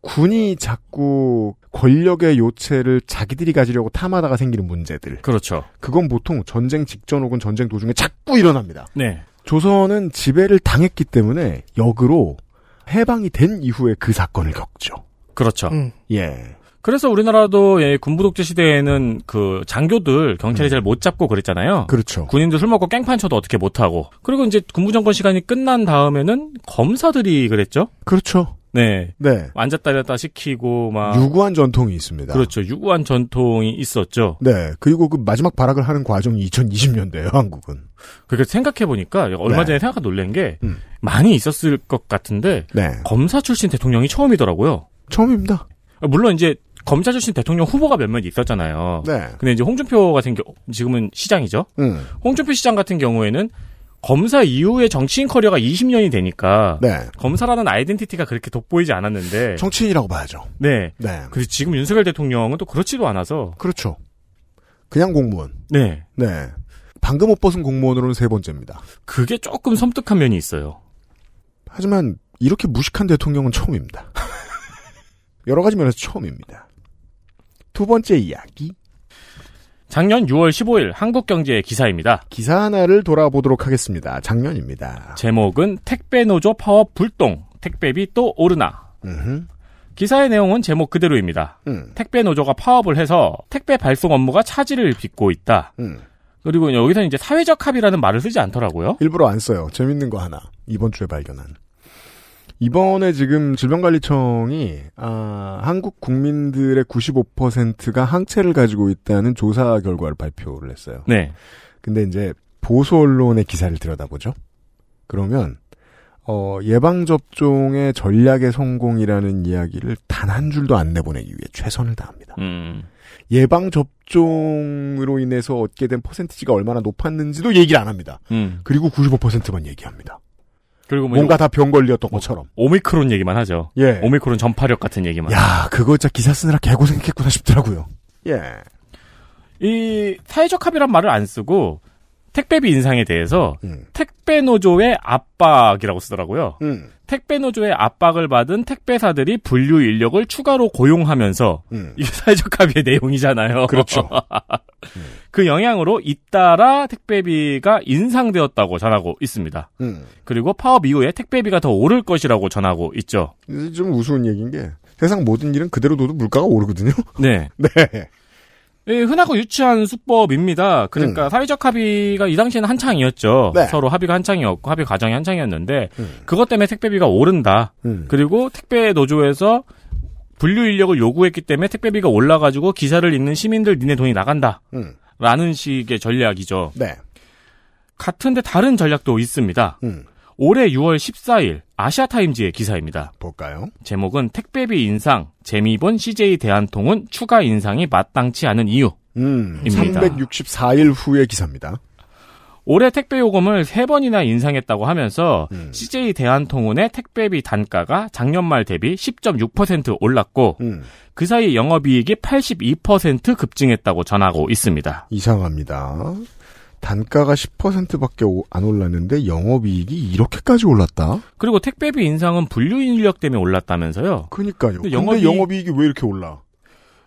[SPEAKER 2] 군이 자꾸 권력의 요체를 자기들이 가지려고 탐하다가 생기는 문제들.
[SPEAKER 4] 그렇죠.
[SPEAKER 2] 그건 보통 전쟁 직전 혹은 전쟁 도중에 자꾸 일어납니다.
[SPEAKER 4] 네.
[SPEAKER 2] 조선은 지배를 당했기 때문에 역으로 해방이 된 이후에 그 사건을 겪죠.
[SPEAKER 4] 그렇죠.
[SPEAKER 2] 예.
[SPEAKER 4] 그래서 우리나라도 예, 군부독재 시대에는 그 장교들 경찰이 잘 못 잡고 그랬잖아요.
[SPEAKER 2] 그렇죠.
[SPEAKER 4] 군인들 술 먹고 깽판 쳐도 어떻게 못 하고. 그리고 이제 군부 정권 시간이 끝난 다음에는 검사들이 그랬죠.
[SPEAKER 2] 그렇죠.
[SPEAKER 4] 네.
[SPEAKER 2] 네.
[SPEAKER 4] 앉았다 일었다 시키고 막
[SPEAKER 2] 유구한 전통이 있습니다.
[SPEAKER 4] 아. 그렇죠. 유구한 전통이 있었죠.
[SPEAKER 2] 네. 그리고 그 마지막 발악을 하는 과정이 2020년대예요, 한국은.
[SPEAKER 4] 그렇게 생각해 보니까 얼마 전에 생각한 놀란 게
[SPEAKER 2] 네. 음.
[SPEAKER 4] 많이 있었을 것 같은데
[SPEAKER 2] 네.
[SPEAKER 4] 검사 출신 대통령이 처음이더라고요.
[SPEAKER 2] 처음입니다.
[SPEAKER 4] 물론 이제 검사 출신 대통령 후보가 몇몇 있었잖아요.
[SPEAKER 2] 네.
[SPEAKER 4] 근데 이제 홍준표 같은 경우 지금은 시장이죠.
[SPEAKER 2] 음.
[SPEAKER 4] 홍준표 시장 같은 경우에는 검사 이후에 정치인 커리어가 20년이 되니까
[SPEAKER 2] 네.
[SPEAKER 4] 검사라는 아이덴티티가 그렇게 돋보이지 않았는데
[SPEAKER 2] 정치인이라고 봐야죠.
[SPEAKER 4] 네.
[SPEAKER 2] 네.
[SPEAKER 4] 그래서 지금 윤석열 대통령은 또 그렇지도 않아서
[SPEAKER 2] 그렇죠. 그냥 공무원.
[SPEAKER 4] 네.
[SPEAKER 2] 네. 방금 옷 벗은 공무원으로는 세 번째입니다.
[SPEAKER 4] 그게 조금 섬뜩한 면이 있어요.
[SPEAKER 2] 하지만 이렇게 무식한 대통령은 처음입니다. 여러 가지 면에서 처음입니다. 두 번째 이야기.
[SPEAKER 4] 작년 6월 15일 한국경제의 기사입니다.
[SPEAKER 2] 기사 하나를 돌아보도록 하겠습니다. 작년입니다.
[SPEAKER 4] 제목은 택배 노조 파업 불똥 택배비 또 오르나. 기사의 내용은 제목 그대로입니다.
[SPEAKER 2] 음.
[SPEAKER 4] 택배 노조가 파업을 해서 택배 발송 업무가 차질을 빚고 있다.
[SPEAKER 2] 음.
[SPEAKER 4] 그리고 여기서 이제 사회적 합의라는 말을 쓰지 않더라고요.
[SPEAKER 2] 일부러 안 써요. 재밌는 거 하나. 이번 주에 발견한. 이번에 지금 질병관리청이 아, 한국 국민들의 95%가 항체를 가지고 있다는 조사 결과를 발표를 했어요.
[SPEAKER 4] 네.
[SPEAKER 2] 근데 이제 보수 언론의 기사를 들여다보죠. 그러면 어, 예방 접종의 전략의 성공이라는 이야기를 단 한 줄도 안 내보내기 위해 최선을 다합니다.
[SPEAKER 4] 음,
[SPEAKER 2] 예방 접종으로 인해서 얻게 된 퍼센티지가 얼마나 높았는지도 얘기를 안 합니다.
[SPEAKER 4] 음.
[SPEAKER 2] 그리고 95%만 얘기합니다.
[SPEAKER 4] 그리고 뭐
[SPEAKER 2] 뭔가 다 병 걸렸던 것처럼.
[SPEAKER 4] 오미크론 얘기만 하죠.
[SPEAKER 2] 예.
[SPEAKER 4] 오미크론 전파력 같은 얘기만.
[SPEAKER 2] 야, 그거 진짜 기사 쓰느라 개고생했구나 싶더라고요. 예.
[SPEAKER 4] 이 사회적 합의란 말을 안 쓰고 택배비 인상에 대해서 택배 노조의 압박이라고 쓰더라고요.
[SPEAKER 2] 음.
[SPEAKER 4] 택배 노조의 압박을 받은 택배사들이 분류 인력을 추가로 고용하면서
[SPEAKER 2] 음.
[SPEAKER 4] 이게 사회적 합의의 내용이잖아요.
[SPEAKER 2] 그렇죠.
[SPEAKER 4] 그 영향으로 잇따라 택배비가 인상되었다고 전하고 있습니다.
[SPEAKER 2] 음.
[SPEAKER 4] 그리고 파업 이후에 택배비가 더 오를 것이라고 전하고 있죠.
[SPEAKER 2] 이제 좀 우스운 얘기인 게 세상 모든 일은 그대로 둬도 물가가 오르거든요.
[SPEAKER 4] 네.
[SPEAKER 2] 네.
[SPEAKER 4] 예, 흔하고 유치한 수법입니다. 그러니까 사회적 합의가 이 당시에는 한창이었죠.
[SPEAKER 2] 음. 네.
[SPEAKER 4] 서로 합의가 한창이었고 합의 과정이 한창이었는데 그것 때문에 택배비가 오른다.
[SPEAKER 2] 음.
[SPEAKER 4] 그리고 택배 노조에서 분류 인력을 요구했기 때문에 택배비가 올라가지고 기사를 읽는 시민들 니네 돈이 나간다.
[SPEAKER 2] 음.
[SPEAKER 4] 라는 식의 전략이죠.
[SPEAKER 2] 네.
[SPEAKER 4] 같은데 다른 전략도 있습니다.
[SPEAKER 2] 음.
[SPEAKER 4] 올해 6월 14일 아시아타임즈의 기사입니다.
[SPEAKER 2] 볼까요?
[SPEAKER 4] 제목은 택배비 인상, 재미본 CJ 대한통운 추가 인상이 마땅치 않은 이유.
[SPEAKER 2] 음,
[SPEAKER 4] 입니다.
[SPEAKER 2] 364일 후의 기사입니다.
[SPEAKER 4] 올해 택배 요금을 세번이나 인상했다고 하면서 CJ 대한통운의 택배비 단가가 작년 말 대비 10.6% 올랐고
[SPEAKER 2] 음.
[SPEAKER 4] 그 사이 영업이익이 82% 급증했다고 전하고 있습니다.
[SPEAKER 2] 이상합니다. 단가가 10%밖에 안 올랐는데 영업이익이 이렇게까지 올랐다?
[SPEAKER 4] 그리고 택배비 인상은 분류 인력 때문에 올랐다면서요.
[SPEAKER 2] 그니까요. 근데,
[SPEAKER 4] 영업이익-
[SPEAKER 2] 영업이익이 왜 이렇게 올라?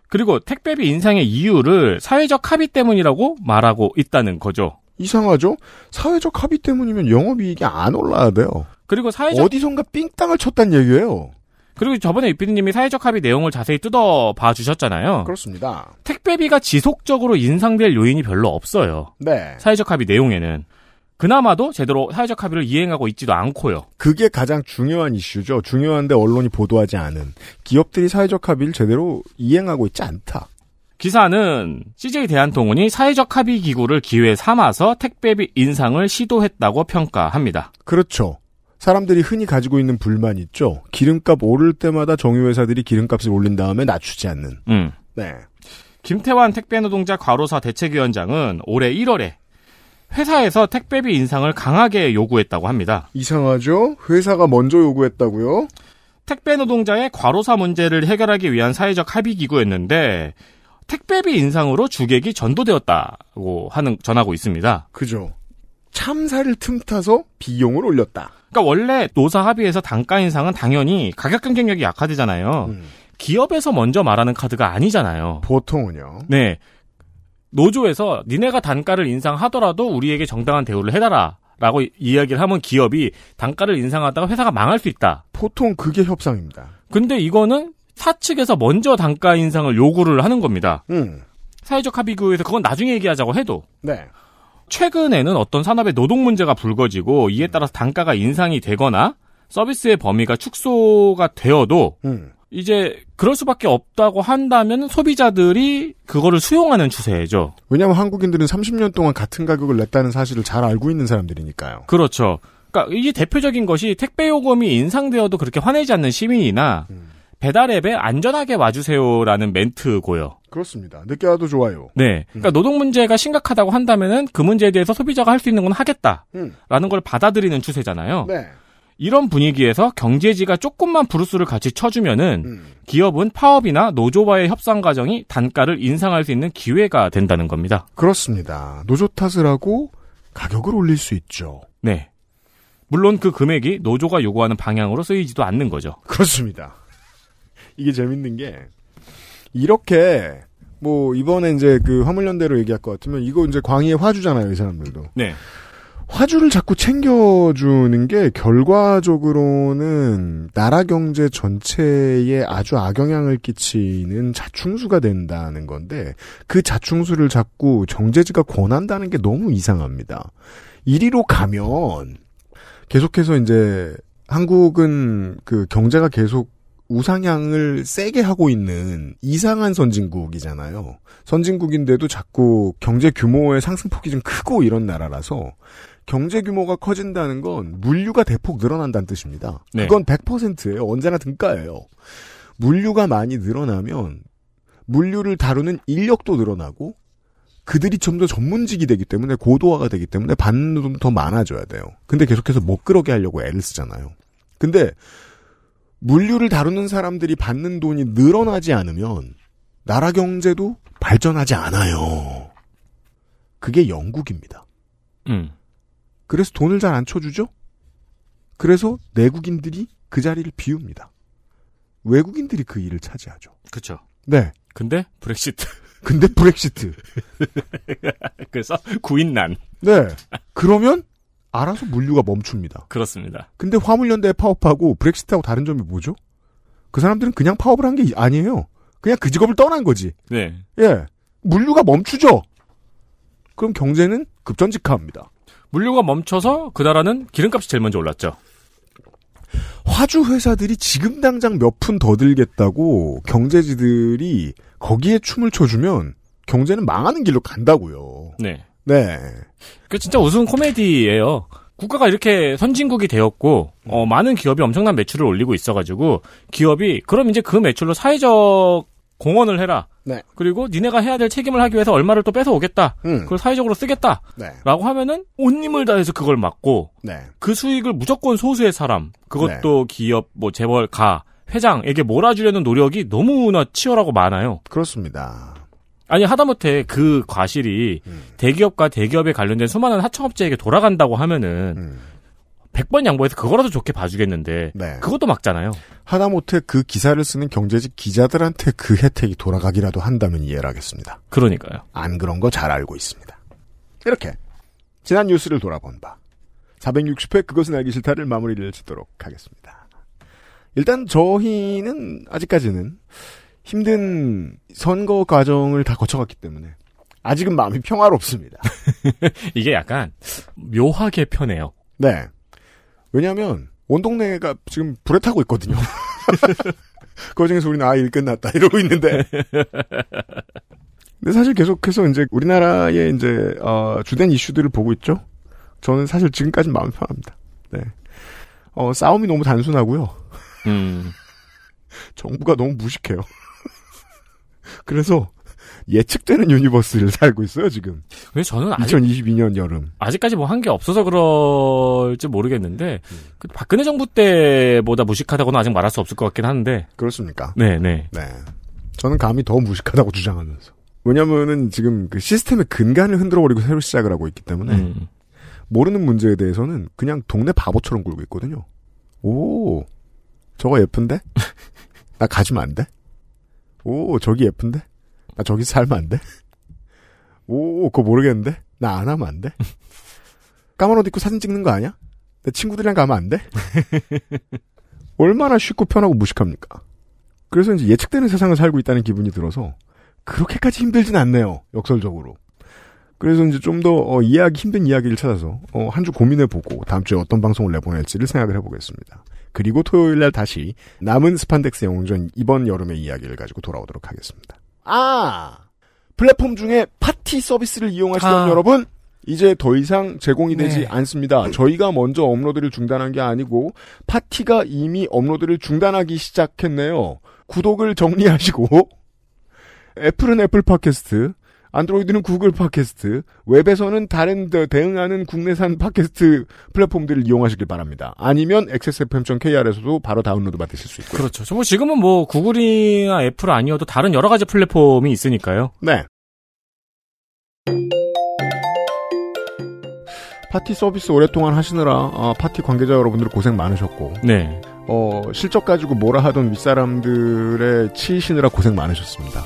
[SPEAKER 4] 그리고 택배비 인상의 이유를 사회적 합의 때문이라고 말하고 있다는 거죠.
[SPEAKER 2] 이상하죠? 사회적 합의 때문이면 영업이익이 안 올라야 돼요.
[SPEAKER 4] 그리고 사회적
[SPEAKER 2] 어디선가 삥땅을 쳤단 얘기예요.
[SPEAKER 4] 그리고 저번에 유피디님이 사회적 합의 내용을 자세히 뜯어봐 주셨잖아요.
[SPEAKER 2] 그렇습니다.
[SPEAKER 4] 택배비가 지속적으로 인상될 요인이 별로 없어요.
[SPEAKER 2] 네.
[SPEAKER 4] 사회적 합의 내용에는 그나마도 제대로 사회적 합의를 이행하고 있지도 않고요.
[SPEAKER 2] 그게 가장 중요한 이슈죠. 중요한데 언론이 보도하지 않은 기업들이 사회적 합의를 제대로 이행하고 있지 않다.
[SPEAKER 4] 기사는 CJ 대한통운이 사회적 합의 기구를 기회 삼아서 택배비 인상을 시도했다고 평가합니다.
[SPEAKER 2] 그렇죠. 사람들이 흔히 가지고 있는 불만 있죠. 기름값 오를 때마다 정유회사들이 기름값을 올린 다음에 낮추지 않는.
[SPEAKER 4] 음.
[SPEAKER 2] 네.
[SPEAKER 4] 김태환 택배노동자 과로사 대책위원장은 올해 1월에 회사에서 택배비 인상을 강하게 요구했다고 합니다.
[SPEAKER 2] 이상하죠? 회사가 먼저 요구했다고요?
[SPEAKER 4] 택배 노동자의 과로사 문제를 해결하기 위한 사회적 합의 기구였는데 택배비 인상으로 주객이 전도되었다고 하는 전하고 있습니다.
[SPEAKER 2] 그죠. 참사를 틈타서 비용을 올렸다.
[SPEAKER 4] 그러니까 원래 노사 합의에서 단가 인상은 당연히 가격 경쟁력이 약화되잖아요. 기업에서 먼저 말하는 카드가 아니잖아요.
[SPEAKER 2] 보통은요.
[SPEAKER 4] 네. 노조에서 니네가 단가를 인상하더라도 우리에게 정당한 대우를 해달라. 라고 이- 이야기를 하면 기업이 단가를 인상하다가 회사가 망할 수 있다.
[SPEAKER 2] 보통 그게 협상입니다.
[SPEAKER 4] 근데 이거는 사측에서 먼저 단가 인상을 요구를 하는 겁니다.
[SPEAKER 2] 음.
[SPEAKER 4] 사회적 합의구에서 그건 나중에 얘기하자고 해도
[SPEAKER 2] 네.
[SPEAKER 4] 최근에는 어떤 산업의 노동 문제가 불거지고 이에 따라서 단가가 인상이 되거나 서비스의 범위가 축소가 되어도
[SPEAKER 2] 음.
[SPEAKER 4] 이제 그럴 수밖에 없다고 한다면 소비자들이 그거를 수용하는 추세죠.
[SPEAKER 2] 왜냐하면 한국인들은 30년 동안 같은 가격을 냈다는 사실을 잘 알고 있는 사람들이니까요.
[SPEAKER 4] 그렇죠. 그러니까 이게 대표적인 것이 택배 요금이 인상되어도 그렇게 화내지 않는 시민이나 배달앱에 안전하게 와주세요라는 멘트고요.
[SPEAKER 2] 그렇습니다. 늦게 와도 좋아요.
[SPEAKER 4] 네. 그러니까 노동 문제가 심각하다고 한다면은 그 문제에 대해서 소비자가 할 수 있는 건 하겠다라는
[SPEAKER 2] 음.
[SPEAKER 4] 걸 받아들이는 추세잖아요.
[SPEAKER 2] 네.
[SPEAKER 4] 이런 분위기에서 경제지가 조금만 부르스를 같이 쳐주면은
[SPEAKER 2] 음.
[SPEAKER 4] 기업은 파업이나 노조와의 협상 과정이 단가를 인상할 수 있는 기회가 된다는 겁니다.
[SPEAKER 2] 그렇습니다. 노조 탓을 하고 가격을 올릴 수 있죠.
[SPEAKER 4] 네. 물론 그 금액이 노조가 요구하는 방향으로 쓰이지도 않는 거죠.
[SPEAKER 2] 그렇습니다. 이게 재밌는 게 이렇게 뭐 이번에 이제 그 화물연대로 얘기할 것 같으면 이거 이제 광희의 화주잖아요, 이 사람들도.
[SPEAKER 4] 네.
[SPEAKER 2] 화주를 자꾸 챙겨주는 게 결과적으로는 나라 경제 전체에 아주 악영향을 끼치는 자충수가 된다는 건데 그 자충수를 자꾸 정제지가 권한다는 게 너무 이상합니다. 이리로 가면 계속해서 이제 한국은 그 경제가 계속 우상향을 세게 하고 있는 이상한 선진국이잖아요. 선진국인데도 자꾸 경제 규모의 상승폭이 좀 크고 이런 나라라서 경제 규모가 커진다는 건 물류가 대폭 늘어난다는 뜻입니다.
[SPEAKER 14] 네.
[SPEAKER 2] 그건 100%예요. 언제나 등가예요. 물류가 많이 늘어나면 물류를 다루는 인력도 늘어나고 그들이 좀 더 전문직이 되기 때문에 고도화가 되기 때문에 받는 돈도 더 많아져야 돼요. 근데 계속해서 못 그러게 하려고 애를 쓰잖아요. 근데 물류를 다루는 사람들이 받는 돈이 늘어나지 않으면 나라 경제도 발전하지 않아요. 그게 영국입니다.
[SPEAKER 4] 음.
[SPEAKER 2] 그래서 돈을 잘 안 쳐주죠? 그래서 내국인들이 그 자리를 비웁니다. 외국인들이 그 일을 차지하죠.
[SPEAKER 4] 그렇죠.
[SPEAKER 2] 네.
[SPEAKER 4] 근데 브렉시트.
[SPEAKER 2] 근데 브렉시트.
[SPEAKER 4] 그래서 구인난.
[SPEAKER 2] 네. 그러면 알아서 물류가 멈춥니다.
[SPEAKER 4] 그렇습니다.
[SPEAKER 2] 근데 화물연대 파업하고 브렉시트하고 다른 점이 뭐죠? 그 사람들은 그냥 파업을 한 게 아니에요. 그냥 그 직업을 떠난 거지.
[SPEAKER 4] 네.
[SPEAKER 2] 예. 물류가 멈추죠. 그럼 경제는 급전직하합니다.
[SPEAKER 4] 물류가 멈춰서 그 나라는 기름값이 제일 먼저 올랐죠.
[SPEAKER 2] 화주 회사들이 지금 당장 몇 푼 더 들겠다고 경제지들이 거기에 춤을 춰주면 경제는 망하는 길로 간다고요.
[SPEAKER 4] 네.
[SPEAKER 2] 네.
[SPEAKER 4] 그 진짜 우스운 코미디예요. 국가가 이렇게 선진국이 되었고 어, 많은 기업이 엄청난 매출을 올리고 있어가지고 기업이 그럼 이제 그 매출로 사회적 공헌을 해라.
[SPEAKER 2] 네.
[SPEAKER 4] 그리고 니네가 해야 될 책임을 하기 위해서 얼마를 또 뺏어 오겠다. 그걸 사회적으로 쓰겠다.
[SPEAKER 2] 네.
[SPEAKER 4] 라고 하면은 온 힘을 다해서 그걸 막고
[SPEAKER 2] 네.
[SPEAKER 4] 그 수익을 무조건 소수의 사람, 그것도 기업, 뭐 재벌, 가, 회장에게 몰아주려는 노력이 너무나 치열하고 많아요.
[SPEAKER 2] 그렇습니다.
[SPEAKER 4] 아니 하다못해 그 과실이 대기업과 대기업에 관련된 수많은 하청업체에게 돌아간다고 하면은
[SPEAKER 2] 음.
[SPEAKER 4] 100번 양보해서 그거라도 좋게 봐주겠는데 그것도 막잖아요.
[SPEAKER 2] 하다못해 그 기사를 쓰는 경제지 기자들한테 그 혜택이 돌아가기라도 한다면 이해를 하겠습니다.
[SPEAKER 4] 그러니까요.
[SPEAKER 2] 안 그런 거 잘 알고 있습니다. 이렇게 지난 뉴스를 돌아본 바 460회 그것은 알기 싫다를 마무리를 짓도록 하겠습니다. 일단 저희는 아직까지는 힘든 선거 과정을 다 거쳐갔기 때문에 아직은 마음이 평화롭습니다.
[SPEAKER 4] 이게 약간 묘하게 편해요.
[SPEAKER 2] 네. 왜냐하면 온 동네가 지금 불에 타고 있거든요. 그 중에서 우리는 아일 끝났다 이러고 있는데 근데 사실 계속해서 이제 우리나라의 이제 어, 주된 이슈들을 보고 있죠. 저는 사실 지금까지 마음 편합니다. 네. 어, 싸움이 너무 단순하고요.
[SPEAKER 11] 음.
[SPEAKER 2] 정부가 너무 무식해요. 그래서 예측되는 유니버스를 살고 있어요 지금.
[SPEAKER 4] 왜 저는 아직
[SPEAKER 2] 2022년 여름.
[SPEAKER 4] 아직까지 뭐 한 게 없어서 그럴지 모르겠는데 그 박근혜 정부 때보다 무식하다고는 아직 말할 수 없을 것 같긴 한데
[SPEAKER 2] 그렇습니까?
[SPEAKER 4] 네, 네.
[SPEAKER 2] 네. 저는 감히 더 무식하다고 주장하면서. 왜냐면은 지금 그 시스템의 근간을 흔들어버리고 새로 시작을 하고 있기 때문에
[SPEAKER 4] 음.
[SPEAKER 2] 모르는 문제에 대해서는 그냥 동네 바보처럼 굴고 있거든요. 오, 저거 예쁜데? 나 가지면 안 돼? 오, 저기 예쁜데? 나 저기 살면 안 돼? 오, 그거 모르겠는데? 나 안 하면 안 돼? 까만 옷 입고 사진 찍는 거 아니야? 내 친구들이랑 가면 안 돼? 얼마나 쉽고 편하고 무식합니까? 그래서 이제 예측되는 세상을 살고 있다는 기분이 들어서 그렇게까지 힘들진 않네요. 역설적으로. 그래서 이제 좀 더 어, 이해하기 힘든 이야기를 찾아서 어, 한 주 고민해보고 다음 주에 어떤 방송을 내보낼지를 생각을 해보겠습니다. 그리고 토요일 날 다시 남은 스판덱스 영웅전 이번 여름의 이야기를 가지고 돌아오도록 하겠습니다. 아! 플랫폼 중에 파티 서비스를 이용하시던
[SPEAKER 5] 아.
[SPEAKER 2] 여러분 이제 더 이상 제공이 되지
[SPEAKER 5] 네.
[SPEAKER 2] 않습니다. 저희가 먼저 업로드를 중단한 게 아니고 파티가 이미 업로드를 중단하기 시작했네요. 구독을 정리하시고 애플은 애플 팟캐스트, 안드로이드는 구글 팟캐스트, 웹에서는 다른 데- 대응하는 국내산 팟캐스트 플랫폼들을 이용하시길 바랍니다. 아니면 XSFM.kr에서도 바로 다운로드 받으실 수 있고요.
[SPEAKER 4] 그렇죠. 정말 지금은 뭐 구글이나 애플 아니어도 다른 여러 가지 플랫폼이 있으니까요.
[SPEAKER 2] 네. 파티 서비스 오랫동안 하시느라 아, 파티 관계자 여러분들 고생 많으셨고
[SPEAKER 4] 네.
[SPEAKER 2] 어, 실적 가지고 뭐라 하던 윗사람들의 치이시느라 고생 많으셨습니다.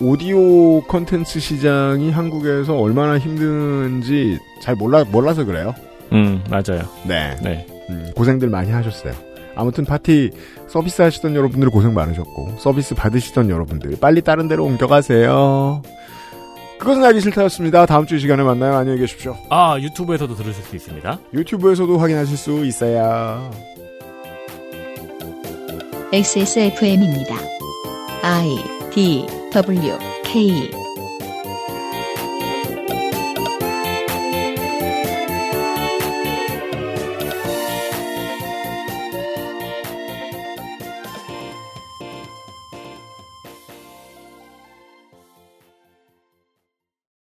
[SPEAKER 2] 오디오 컨텐츠 시장이 한국에서 얼마나 힘든지 잘 몰라 몰라서 그래요.
[SPEAKER 4] 음, 맞아요.
[SPEAKER 2] 네.
[SPEAKER 4] 네.
[SPEAKER 2] 음, 고생들 많이 하셨어요. 아무튼 파티 서비스 하시던 여러분들 고생 많으셨고 서비스 받으시던 여러분들 빨리 다른 데로 옮겨가세요. 그것은 알기 싫다였습니다. 다음 주 이 시간에 만나요. 안녕히 계십시오.
[SPEAKER 4] 아, 유튜브에서도 들으실 수 있습니다.
[SPEAKER 2] 유튜브에서도 확인하실 수 있어요.
[SPEAKER 1] XSFM입니다. I D W K